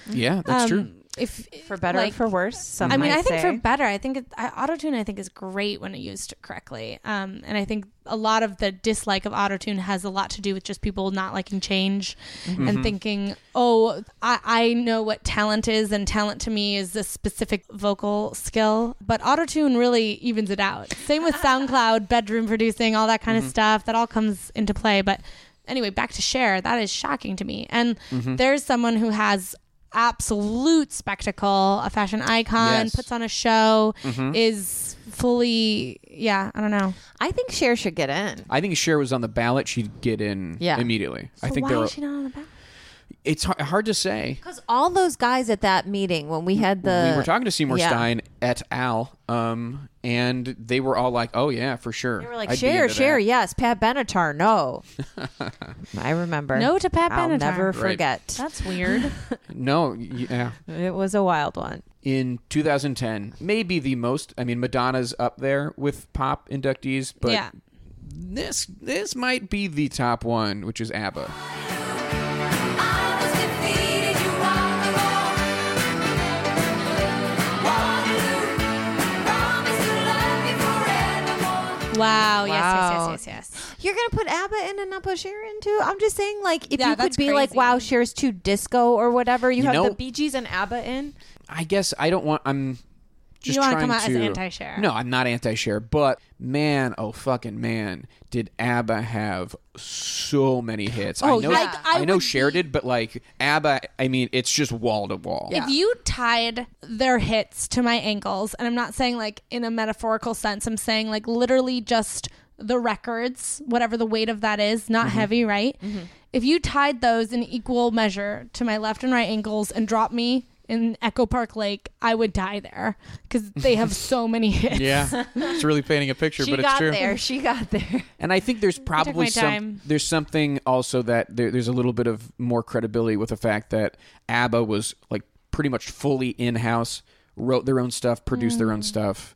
[SPEAKER 1] Yeah, that's true.
[SPEAKER 3] Um, If
[SPEAKER 2] For better
[SPEAKER 3] like,
[SPEAKER 2] or for worse, some
[SPEAKER 3] I mean,
[SPEAKER 2] might
[SPEAKER 3] I
[SPEAKER 2] say.
[SPEAKER 3] think for better. I think it, I, autotune. I think is great when used correctly. Um, and I think a lot of the dislike of autotune has a lot to do with just people not liking change and thinking, oh, I, I know what talent is, and talent to me is this specific vocal skill. But autotune really evens it out. Same with SoundCloud, bedroom producing, all that kind of stuff. That all comes into play. But anyway, back to share. That is shocking to me. And there's someone who has absolute spectacle, a fashion icon,
[SPEAKER 1] Yes.
[SPEAKER 3] puts on a show,
[SPEAKER 1] Mm-hmm.
[SPEAKER 3] is fully, yeah, I don't know.
[SPEAKER 2] I think Cher should get in.
[SPEAKER 1] I think if Cher was on the ballot, she'd get in
[SPEAKER 2] Yeah.
[SPEAKER 1] immediately. I
[SPEAKER 3] So
[SPEAKER 1] think
[SPEAKER 3] why
[SPEAKER 1] there
[SPEAKER 3] is she not on the back?
[SPEAKER 1] it's har- hard to say.
[SPEAKER 2] Because all those guys at that meeting when we had the
[SPEAKER 1] we were talking to Seymour
[SPEAKER 2] Yeah.
[SPEAKER 1] Stein et al. Um, and they were all like, "Oh yeah, for sure."
[SPEAKER 2] They were like,
[SPEAKER 1] I'd be
[SPEAKER 2] Cher,
[SPEAKER 1] into
[SPEAKER 2] Cher,
[SPEAKER 1] that."
[SPEAKER 2] yes. Pat
[SPEAKER 1] *laughs*
[SPEAKER 2] Benatar, no. I remember.
[SPEAKER 3] No to Pat
[SPEAKER 2] I'll
[SPEAKER 3] Benatar.
[SPEAKER 2] never
[SPEAKER 3] Right.
[SPEAKER 2] forget.
[SPEAKER 3] That's weird.
[SPEAKER 1] No, yeah.
[SPEAKER 2] It was a wild one.
[SPEAKER 1] in 2010 maybe the most i mean madonna's up there with pop inductees but
[SPEAKER 3] yeah.
[SPEAKER 1] this this might be the top one which is abba
[SPEAKER 3] Wow.
[SPEAKER 2] Wow.
[SPEAKER 3] Yes, yes, yes, yes, yes.
[SPEAKER 2] You're gonna put ABBA in and not put Cher in too? I'm just saying, like, if
[SPEAKER 3] Yeah,
[SPEAKER 2] you could
[SPEAKER 3] that's
[SPEAKER 2] be like,
[SPEAKER 3] crazy.
[SPEAKER 2] "Wow, Cher's too disco" or whatever, you,
[SPEAKER 1] You
[SPEAKER 2] have
[SPEAKER 1] know-
[SPEAKER 2] the Bee Gees and ABBA in.
[SPEAKER 1] i guess i don't want i'm just
[SPEAKER 3] You wanna
[SPEAKER 1] trying
[SPEAKER 3] come out as
[SPEAKER 1] to
[SPEAKER 3] anti-Cher.
[SPEAKER 1] no i'm not anti-share but man oh fucking man did abba have so many hits i
[SPEAKER 3] Oh,
[SPEAKER 1] know
[SPEAKER 3] yeah. I- I
[SPEAKER 1] know
[SPEAKER 3] would
[SPEAKER 1] Cher
[SPEAKER 3] be-
[SPEAKER 1] did but like abba i mean it's just wall to wall
[SPEAKER 3] If you tied their hits to my ankles, and I'm not saying like in a metaphorical sense, I'm saying like literally just the records, whatever the weight of that is, not
[SPEAKER 1] Mm-hmm.
[SPEAKER 3] heavy, right? If you tied those in equal measure to my left and right ankles and dropped me in Echo Park Lake, I would die there because they
[SPEAKER 1] *laughs*
[SPEAKER 3] have so many hits.
[SPEAKER 1] yeah it's really painting a picture
[SPEAKER 2] She
[SPEAKER 1] but it's
[SPEAKER 2] got
[SPEAKER 1] true
[SPEAKER 2] there. She got there.
[SPEAKER 1] And I think there's probably
[SPEAKER 3] my
[SPEAKER 1] some
[SPEAKER 3] time.
[SPEAKER 1] there's something also that there, there's a little bit of more credibility with the fact that ABBA was like pretty much fully in house, wrote their own stuff, produced their
[SPEAKER 3] Mm.
[SPEAKER 1] own stuff.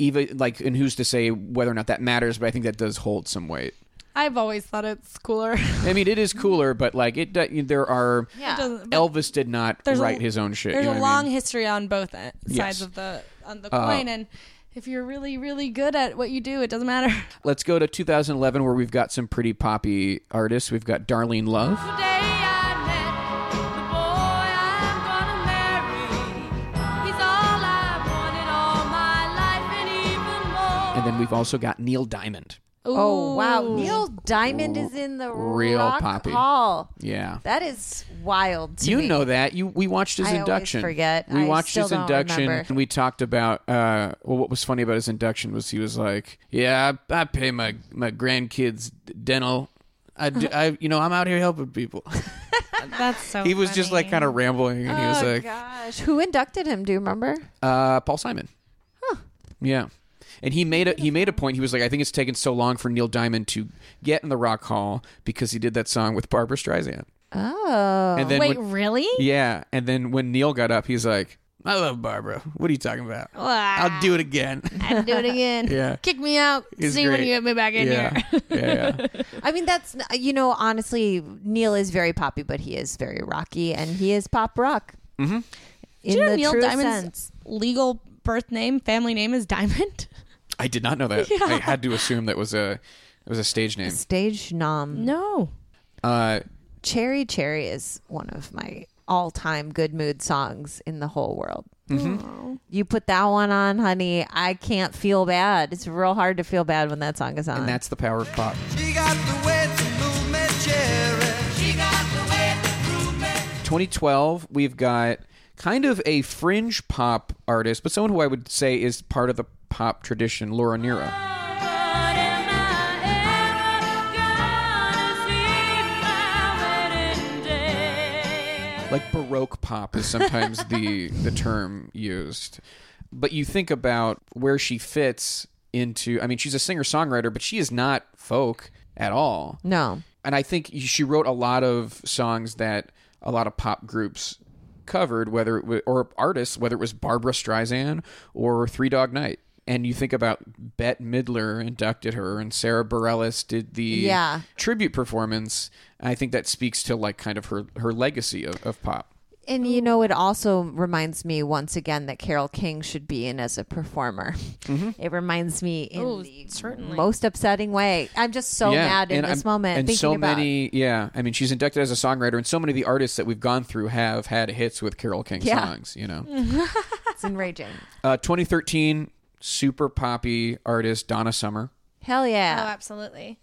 [SPEAKER 1] Even like, and who's to say whether or not that matters? But I think that does hold some weight.
[SPEAKER 3] I've always thought it's cooler. *laughs*
[SPEAKER 1] I mean, it is cooler, but like it, do- there are
[SPEAKER 3] doesn't- but
[SPEAKER 1] Elvis did not
[SPEAKER 3] there's a-
[SPEAKER 1] write his own shit.
[SPEAKER 3] There's
[SPEAKER 1] you know
[SPEAKER 3] a
[SPEAKER 1] what I
[SPEAKER 3] long
[SPEAKER 1] mean?
[SPEAKER 3] history on both e- sides
[SPEAKER 1] Yes. Uh,
[SPEAKER 3] of the on the coin, and if you're really, really good at what you do, it doesn't matter. *laughs*
[SPEAKER 1] Let's go to 2011, where we've got some pretty poppy artists. We've got Darlene Love. And then we've also got Neil Diamond.
[SPEAKER 2] Oh wow,
[SPEAKER 3] Ooh.
[SPEAKER 2] Neil Diamond is in the
[SPEAKER 1] Real
[SPEAKER 2] Rock
[SPEAKER 1] poppy.
[SPEAKER 2] Hall.
[SPEAKER 1] Yeah.
[SPEAKER 2] That is wild. To
[SPEAKER 1] you
[SPEAKER 2] me.
[SPEAKER 1] know that you we watched his
[SPEAKER 2] I always
[SPEAKER 1] induction.
[SPEAKER 2] forget.
[SPEAKER 1] We
[SPEAKER 2] I
[SPEAKER 1] watched
[SPEAKER 2] still
[SPEAKER 1] his
[SPEAKER 2] don't
[SPEAKER 1] induction,
[SPEAKER 2] remember.
[SPEAKER 1] and we talked about. Uh, well, what was funny about his induction was he was like, "Yeah, I, I pay my my grandkids dental. I, do, I you know I'm out here helping
[SPEAKER 2] *laughs*
[SPEAKER 1] people."
[SPEAKER 3] That's so.
[SPEAKER 1] he was just like uh, kind of rambling, and he was
[SPEAKER 2] Oh,
[SPEAKER 1] like,
[SPEAKER 2] Gosh, who inducted him? Do you remember?
[SPEAKER 1] uh, "Paul Simon." Huh. Yeah. And he made a he made a point. He was like, "I think it's taken so long for Neil Diamond to get in the Rock Hall because he did that song with Barbara Streisand."
[SPEAKER 2] Oh,
[SPEAKER 1] And then
[SPEAKER 3] Wait,
[SPEAKER 1] when-
[SPEAKER 3] really?
[SPEAKER 1] Yeah, and then when Neil got up, he's like, "I love Barbara. What are you talking about?
[SPEAKER 3] Oh,
[SPEAKER 1] I'll do it again."
[SPEAKER 3] I'd *laughs* do it again.
[SPEAKER 1] *laughs* Yeah.
[SPEAKER 3] Kick me out.
[SPEAKER 1] It's
[SPEAKER 3] see when
[SPEAKER 1] great.
[SPEAKER 3] you get me back in
[SPEAKER 1] yeah.
[SPEAKER 3] here.
[SPEAKER 1] yeah,
[SPEAKER 3] *laughs*
[SPEAKER 1] yeah.
[SPEAKER 2] I mean, that's you know, honestly, Neil is very poppy, but he is very rocky, and he is pop rock. Mm-hmm. In
[SPEAKER 3] Do you know
[SPEAKER 2] the
[SPEAKER 3] Neil
[SPEAKER 2] true
[SPEAKER 3] Diamond's
[SPEAKER 2] sense,
[SPEAKER 3] legal birth name, family name is Diamond? *laughs*
[SPEAKER 1] I did not know that. I had to assume that was a It was a stage name.
[SPEAKER 2] Stage nom.
[SPEAKER 9] No.
[SPEAKER 1] Uh,
[SPEAKER 2] Cherry Cherry is one of my all time good mood songs in the whole world.
[SPEAKER 1] Mm-hmm.
[SPEAKER 2] You put that one on, honey. I can't feel bad. It's real hard to feel bad when that song is on.
[SPEAKER 1] and that's the power of pop.
[SPEAKER 4] She got the way to move me, Jerry. She got the way to
[SPEAKER 1] 2012, we've got kind of a fringe pop artist, but someone who I would say is part of the pop tradition, Laura Nero. Like baroque pop is sometimes the the term used. But you think about where she fits into I mean she's a singer-songwriter, but she is not folk at all
[SPEAKER 2] no.
[SPEAKER 1] and I think she wrote a lot of songs that a lot of pop groups covered, whether it wa- or artists, whether it was Barbara Streisand or Three Dog Night. And you think about Bette Midler inducted her, and Sarah Bareilles did the
[SPEAKER 2] Yeah.
[SPEAKER 1] tribute performance. I think that speaks to like kind of her her legacy of, of pop.
[SPEAKER 2] And you know, it also reminds me once again that Carol King should be in as a performer.
[SPEAKER 1] Mm-hmm.
[SPEAKER 2] It reminds me in the most upsetting way. I'm just so mad in
[SPEAKER 1] and
[SPEAKER 2] this
[SPEAKER 1] I'm-
[SPEAKER 2] moment.
[SPEAKER 1] And
[SPEAKER 2] thinking
[SPEAKER 1] so
[SPEAKER 2] about,
[SPEAKER 1] many, yeah. I mean, she's inducted as a songwriter, and so many of the artists that we've gone through have had hits with Carol King
[SPEAKER 2] Yeah.
[SPEAKER 1] songs. You know,
[SPEAKER 2] It's enraging.
[SPEAKER 1] Uh, 2013, super poppy artist Donna Summer.
[SPEAKER 2] Hell
[SPEAKER 3] Oh,
[SPEAKER 2] yeah.
[SPEAKER 3] absolutely.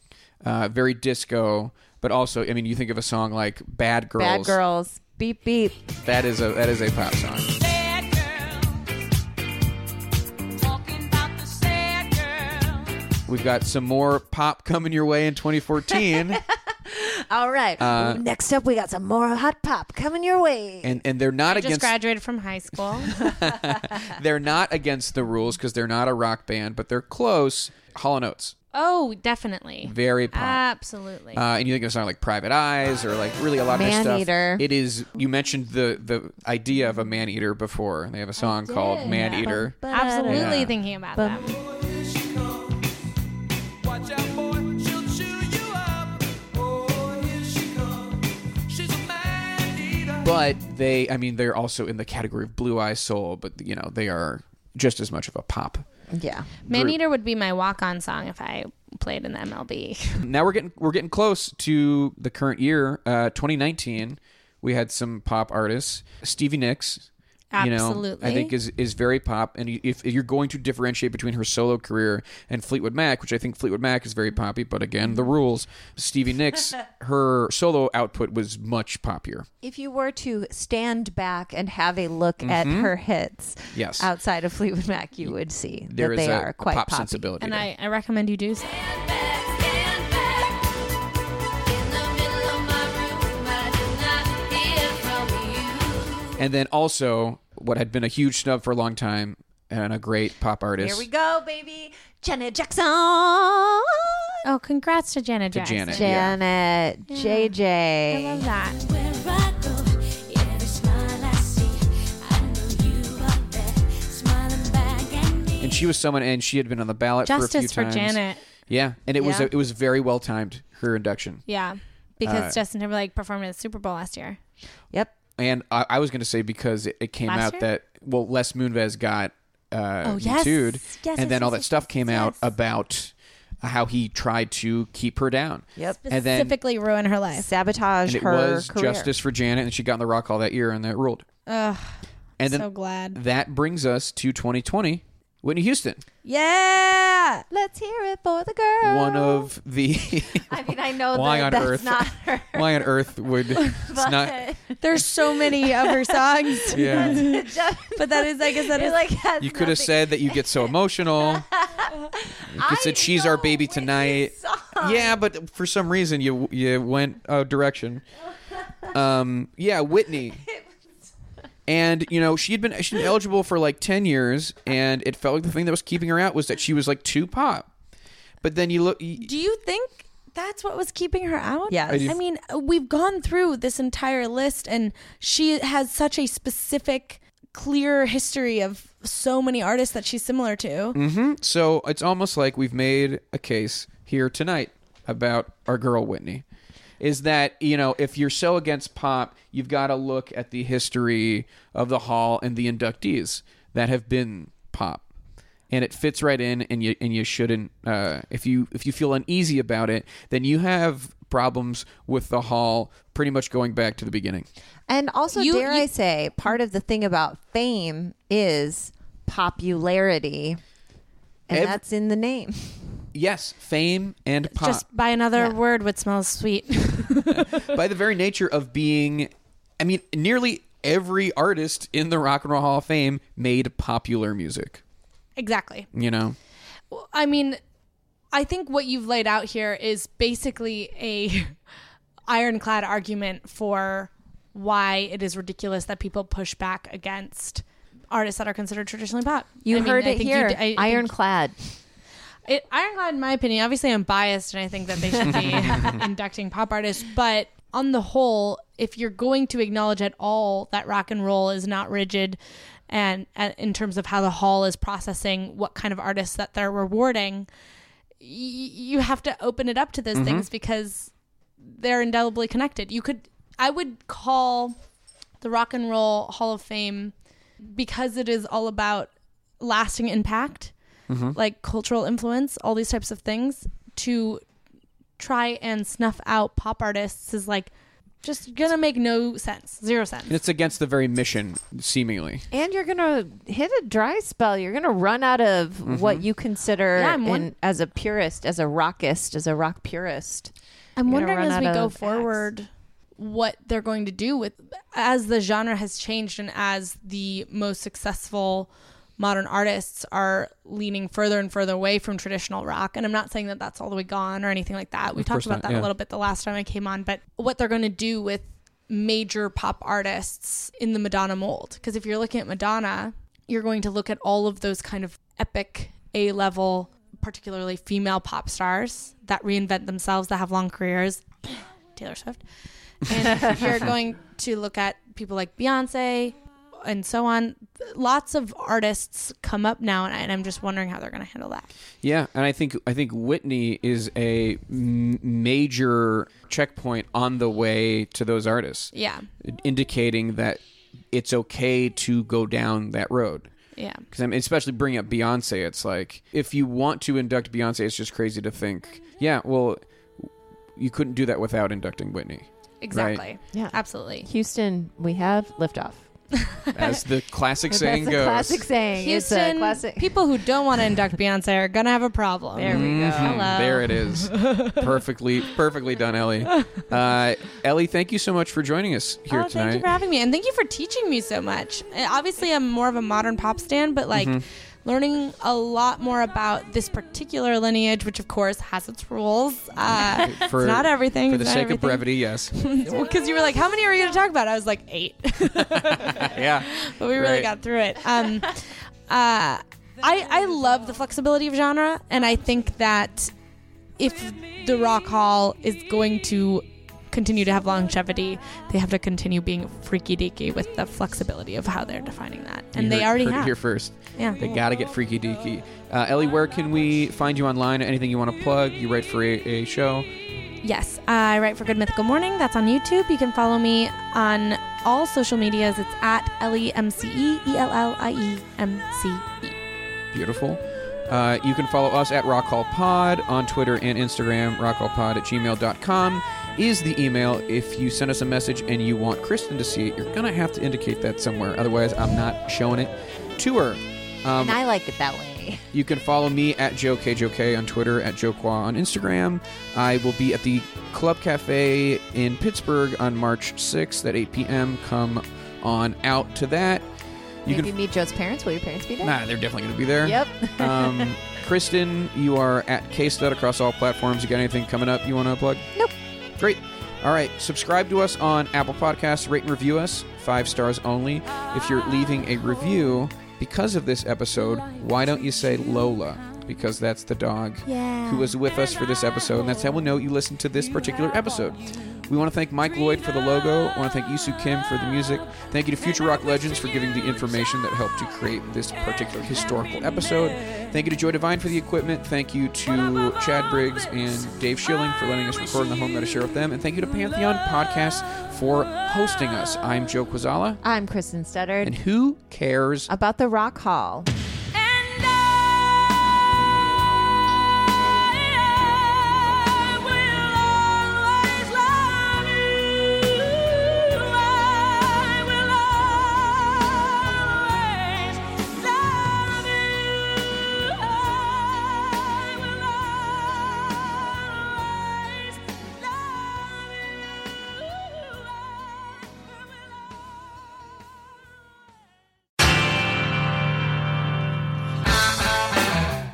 [SPEAKER 1] Uh, very disco, but also, I mean, you think of a song like "Bad Girls."
[SPEAKER 2] Bad girls. Beep, beep.
[SPEAKER 1] That is a that is a pop song. We've got some more pop coming your way in 2014,
[SPEAKER 2] All right.
[SPEAKER 1] Uh,
[SPEAKER 2] Next up, we got some more hot pop coming your way.
[SPEAKER 1] and and they're not
[SPEAKER 9] Just
[SPEAKER 1] against
[SPEAKER 9] graduated from high
[SPEAKER 3] *laughs*
[SPEAKER 9] school. *laughs*
[SPEAKER 1] they're not against the rules because they're not a rock band, but they're close. Hollow Notes,
[SPEAKER 9] oh, definitely.
[SPEAKER 1] very pop.
[SPEAKER 3] Ah,
[SPEAKER 9] Absolutely.
[SPEAKER 1] Uh, and you think of a song like Private Eyes or like really a lot of their stuff.
[SPEAKER 2] Maneater.
[SPEAKER 1] It is you mentioned the the idea of a man eater before. They have a song called Man Eater.
[SPEAKER 2] uh,
[SPEAKER 9] absolutely
[SPEAKER 1] Yeah.
[SPEAKER 9] thinking about
[SPEAKER 2] Bum.
[SPEAKER 9] them.
[SPEAKER 4] Watch out, boy, she'll chew you up. Oh, here she comes. She's a man eater.
[SPEAKER 1] But they I mean they're also in the category of Blue Eye Soul, but you know, they are just as much of a pop.
[SPEAKER 2] yeah.
[SPEAKER 9] Man Eater would be my walk on song if I played in the
[SPEAKER 1] *laughs*
[SPEAKER 9] MLB.
[SPEAKER 1] Now we're getting we're getting close to the current year, uh 2019. We had some pop artists, Stevie Nicks, You know, I
[SPEAKER 9] Absolutely.
[SPEAKER 1] think is is very pop, and you- if, if you're going to differentiate between her solo career and Fleetwood Mac, which I think Fleetwood Mac is very poppy, but again, the
[SPEAKER 2] Mm-hmm.
[SPEAKER 1] rules. Stevie Nicks,
[SPEAKER 2] *laughs*
[SPEAKER 1] her solo output was much poppier.
[SPEAKER 2] If you were to stand back and have a look at her hits
[SPEAKER 1] Mm-hmm. Yes.
[SPEAKER 2] outside of Fleetwood Mac, you would see
[SPEAKER 1] There
[SPEAKER 2] that
[SPEAKER 1] is
[SPEAKER 2] they
[SPEAKER 1] a,
[SPEAKER 2] are quite
[SPEAKER 1] a pop
[SPEAKER 2] poppy.
[SPEAKER 1] sensibility.
[SPEAKER 9] and
[SPEAKER 1] there.
[SPEAKER 9] I, I recommend you do so.
[SPEAKER 1] and then also what had been a huge snub for a long time and a great pop artist.
[SPEAKER 2] Here we go, baby. Janet Jackson. Janet,
[SPEAKER 9] Oh, congrats to Janet
[SPEAKER 1] To
[SPEAKER 9] Jackson.
[SPEAKER 1] Janet. Yeah.
[SPEAKER 9] I love
[SPEAKER 2] JJ.
[SPEAKER 9] that.
[SPEAKER 1] And she was someone, and she had been on the ballot for a few
[SPEAKER 9] Justice for
[SPEAKER 1] times.
[SPEAKER 9] Janet.
[SPEAKER 1] Yeah, and it was
[SPEAKER 2] Yeah.
[SPEAKER 1] it was very well timed her induction.
[SPEAKER 9] Yeah. Because
[SPEAKER 1] Uh,
[SPEAKER 9] Justin Timberlake performed at the Super Bowl last year.
[SPEAKER 2] Yep.
[SPEAKER 1] And I, I was going to say because it, it came
[SPEAKER 9] Last
[SPEAKER 1] out
[SPEAKER 9] year?
[SPEAKER 1] that well, Les Moonves got uh, oh,
[SPEAKER 9] yes.
[SPEAKER 2] Yes, yes,
[SPEAKER 1] and then all
[SPEAKER 2] yes,
[SPEAKER 1] that
[SPEAKER 2] yes,
[SPEAKER 1] stuff came
[SPEAKER 2] yes,
[SPEAKER 1] out
[SPEAKER 2] yes.
[SPEAKER 1] about how he tried to keep her down.
[SPEAKER 2] Yep.
[SPEAKER 1] and then and
[SPEAKER 9] Specifically ruin her life.
[SPEAKER 2] Sabotage
[SPEAKER 1] it
[SPEAKER 2] her
[SPEAKER 1] was
[SPEAKER 2] career.
[SPEAKER 1] justice for Janet, and she got in the rock hall that year, and that ruled. Ugh, and then
[SPEAKER 3] So glad.
[SPEAKER 1] that brings us to 2020. Whitney Houston,
[SPEAKER 3] Yeah.
[SPEAKER 2] Let's hear it for the girl.
[SPEAKER 1] one of the
[SPEAKER 2] *laughs* I mean, I know
[SPEAKER 1] why on
[SPEAKER 2] that that's
[SPEAKER 1] earth
[SPEAKER 2] not her.
[SPEAKER 1] *laughs* why on earth
[SPEAKER 2] *laughs*
[SPEAKER 1] would it's not
[SPEAKER 3] There's so many of her songs.
[SPEAKER 1] yeah.
[SPEAKER 3] But that is, I guess,
[SPEAKER 2] *laughs*
[SPEAKER 3] that
[SPEAKER 2] It
[SPEAKER 3] is
[SPEAKER 2] like has
[SPEAKER 1] You could have
[SPEAKER 2] nothing-
[SPEAKER 1] said that you get so
[SPEAKER 2] *laughs*
[SPEAKER 1] emotional. you could said she's our
[SPEAKER 2] know
[SPEAKER 1] baby
[SPEAKER 2] Whitney's
[SPEAKER 1] tonight.
[SPEAKER 2] song.
[SPEAKER 1] Yeah, but for some reason you you went a direction. Um, yeah, Whitney.
[SPEAKER 2] *laughs*
[SPEAKER 1] And you know she had been she'd been eligible for like ten years, and it felt like the thing that was keeping her out was that she was like too pop. But then you look, y-
[SPEAKER 3] Do you think that's what was keeping her out?
[SPEAKER 2] Yes. I
[SPEAKER 3] I,
[SPEAKER 1] do.
[SPEAKER 3] mean, uh, we've gone through this entire list and she has such a specific clear history of so many artists that she's similar to.
[SPEAKER 1] Mm-hmm. so it's almost like we've made a case here tonight about our girl Whitney. Is that you know if you're so against pop, you've got to look at the history of the hall and the inductees that have been pop, and it fits right in and you and you shouldn't uh, if you if you feel uneasy about it then you have problems with the hall pretty much going back to the beginning
[SPEAKER 2] And also,
[SPEAKER 3] You-
[SPEAKER 2] dare
[SPEAKER 3] you-
[SPEAKER 2] I say, part of the thing about fame is popularity, and
[SPEAKER 1] Ev-
[SPEAKER 2] that's in the name.
[SPEAKER 1] yes fame and pop
[SPEAKER 9] Just by another
[SPEAKER 2] Yeah.
[SPEAKER 9] word would smell sweet.
[SPEAKER 3] *laughs*
[SPEAKER 1] by the very nature of being i mean nearly every artist in the rock and roll hall of fame made popular music
[SPEAKER 3] Exactly.
[SPEAKER 1] you know
[SPEAKER 3] I mean, I think what you've laid out here is basically a *laughs* ironclad argument for why it is ridiculous that people push back against artists that are considered traditionally pop.
[SPEAKER 2] You
[SPEAKER 3] I mean,
[SPEAKER 2] heard
[SPEAKER 3] I
[SPEAKER 2] it
[SPEAKER 3] think you
[SPEAKER 2] here,
[SPEAKER 3] d- I- I think-
[SPEAKER 2] ironclad.
[SPEAKER 3] It, ironclad, in my opinion, obviously I'm biased and I think that they should be inducting pop artists, but on the whole, if you're going to acknowledge at all that rock and roll is not rigid and uh, in terms of how the hall is processing what kind of artists that they're rewarding, y- you have to open it up to those things because they're indelibly connected. You could, I would call the Rock and Roll Hall of Fame because it is all about lasting impact,
[SPEAKER 1] Mm-hmm.
[SPEAKER 3] like cultural influence, all these types of things. To try and snuff out pop artists is like just gonna make no sense, zero sense.
[SPEAKER 1] and it's against the very mission seemingly
[SPEAKER 2] And you're gonna hit a dry spell. You're gonna run out of what you consider
[SPEAKER 3] Yeah, I'm won-
[SPEAKER 2] in- as a purist, as a rockist, as a rock purist.
[SPEAKER 3] I'm
[SPEAKER 2] You're gonna
[SPEAKER 3] wondering
[SPEAKER 2] run
[SPEAKER 3] as we
[SPEAKER 2] out
[SPEAKER 3] go
[SPEAKER 2] of acts.
[SPEAKER 3] forward what they're going to do with as the genre has changed and as the most successful modern artists are leaning further and further away from traditional rock and I'm not saying that that's all the way gone or anything like that. We
[SPEAKER 1] course
[SPEAKER 3] talked about
[SPEAKER 1] not,
[SPEAKER 3] that
[SPEAKER 1] yeah.
[SPEAKER 3] a little bit the last time I came on, but what they're going to do with major pop artists in the Madonna mold because if you're looking at Madonna, you're going to look at all of those kind of epic A level, particularly female pop stars that reinvent themselves, that have long careers. *clears throat* Taylor Swift. And you're going to look at people like Beyonce and so on. Lots of artists come up now, and, I, and I'm just wondering how they're going to handle that.
[SPEAKER 1] Yeah, and I think I think Whitney is a m- major checkpoint on the way to those artists,
[SPEAKER 3] Yeah.
[SPEAKER 1] indicating that it's okay to go down that road.
[SPEAKER 3] Yeah.
[SPEAKER 1] Because I mean, especially bring up Beyonce, it's like if you want to induct Beyonce, it's just crazy to think, yeah, well, you couldn't do that without inducting Whitney
[SPEAKER 3] Exactly.
[SPEAKER 2] Yeah.
[SPEAKER 3] Absolutely.
[SPEAKER 2] Houston, we have liftoff.
[SPEAKER 1] as the
[SPEAKER 3] *laughs*
[SPEAKER 1] classic saying
[SPEAKER 2] that's a
[SPEAKER 1] goes.
[SPEAKER 2] classic saying. it's a
[SPEAKER 3] Houston,
[SPEAKER 2] classic.
[SPEAKER 3] people who don't want to induct Beyonce are going to have a problem.
[SPEAKER 2] There we go.
[SPEAKER 1] Mhm.
[SPEAKER 3] Hello.
[SPEAKER 1] There it
[SPEAKER 3] *laughs*
[SPEAKER 1] is. Perfectly, perfectly done, Ellie. Uh, Ellie, thank you so much for joining us here
[SPEAKER 3] oh,
[SPEAKER 1] tonight.
[SPEAKER 3] Thank you for having me, and thank you for teaching me so much. And obviously, I'm more of a modern pop stand, but like
[SPEAKER 1] Mm-hmm.
[SPEAKER 3] learning a lot more about this particular lineage, which of course has its rules. Uh,
[SPEAKER 1] *laughs* For-
[SPEAKER 3] it's not everything
[SPEAKER 1] for the
[SPEAKER 3] it's
[SPEAKER 1] sake
[SPEAKER 3] not
[SPEAKER 1] of brevity,
[SPEAKER 3] *laughs*
[SPEAKER 1] yes.
[SPEAKER 3] Because you were like, "How many are you going to talk about?" I was like, eight.
[SPEAKER 1] yeah.
[SPEAKER 3] but we really
[SPEAKER 1] Right.
[SPEAKER 3] got through it.
[SPEAKER 1] *laughs*
[SPEAKER 3] Um, uh, I I love the flexibility of genre, and I think that if the Rock Hall is going to continue to have longevity, they have to continue being freaky deaky with the flexibility of how they're defining that, and
[SPEAKER 1] You
[SPEAKER 3] they
[SPEAKER 1] heard-
[SPEAKER 3] already
[SPEAKER 1] heard it
[SPEAKER 3] have.
[SPEAKER 1] here first.
[SPEAKER 3] Yeah.
[SPEAKER 1] They gotta get freaky deaky. Uh, Ellie, where can we find you online? Anything you want to plug? You write for a, a show.
[SPEAKER 3] Yes, I write for Good Mythical Morning. That's on YouTube. You can follow me on all social medias. It's at L E M C E E L L I E M C E.
[SPEAKER 1] Beautiful. Uh, you can follow us at Rock Hall Pod on Twitter and Instagram. Rockhallpod at gmail.com is the email. If you send us a message and you want Kristen to see it, you're gonna have to indicate that somewhere. Otherwise, I'm not showing it to her. Um,
[SPEAKER 2] and I like it that way.
[SPEAKER 1] You can follow me at JoeKJoK on Twitter, at JoeQua on Instagram. I will be at the Club Cafe in Pittsburgh on March 6th at 8 p.m. Come on out to that. You
[SPEAKER 2] Maybe meet Joe's parents. Will your parents be there?
[SPEAKER 1] can. Nah, they're definitely going to be there. *laughs*
[SPEAKER 2] Yep.
[SPEAKER 1] um, Kristen, you are at K-Stud across all platforms. You got anything coming up you want to plug?
[SPEAKER 2] Nope.
[SPEAKER 1] Great. All right. Subscribe to us on Apple Podcasts. Rate and review us. Five stars only. If you're leaving a review because of this episode, why don't you say Lola? Because that's the dog who was with us for this episode, and that's how we'll know you listened to this particular episode. We want to thank Mike Lloyd for the logo. I want to thank Isu Kim for the music. Thank you to Future Rock Legends for giving the information that helped to create this particular historical episode. Thank you to Joy Divine for the equipment. Thank you to Chad Briggs and Dave Schilling for letting us record in the home that I share with them. And thank you to Pantheon Podcasts for hosting us. I'm Joe Quazala,
[SPEAKER 2] I'm Kristen Studdard.
[SPEAKER 1] and who cares
[SPEAKER 2] about the Rock Hall.
[SPEAKER 8] And I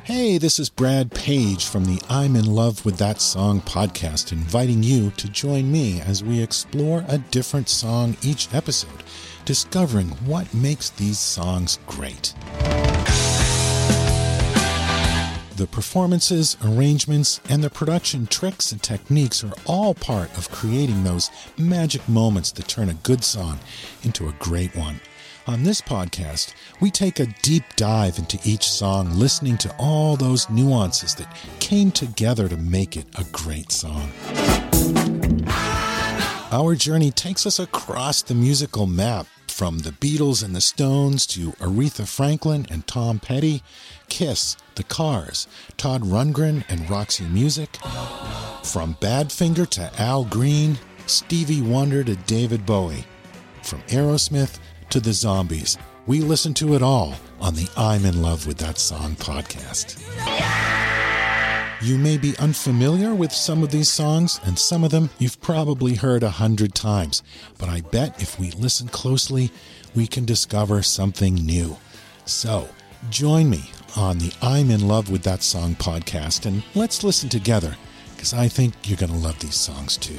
[SPEAKER 10] Hey, this is Brad Page from the I'm in Love with That Song podcast, inviting you to join me as we explore a different song each episode, discovering what makes these songs great. The performances, arrangements, and the production tricks and techniques are all part of creating those magic moments that turn a good song into a great one. On this podcast, we take a deep dive into each song, listening to all those nuances that came together to make it a great song. Our journey takes us across the musical map from the Beatles and the Stones to Aretha Franklin and Tom Petty, Kiss, The Cars, Todd Rundgren and Roxy Music, from Badfinger to Al Green, Stevie Wonder to David Bowie, from Aerosmith to the Zombies. We listen to it all on the I'm in Love with That Song podcast. You may be unfamiliar with some of these songs, and some of them you've probably heard a hundred times, but I bet if we listen closely, we can discover something new. So, join me on the I'm in Love with That Song podcast, and let's listen together, because I think you're going to love these songs too.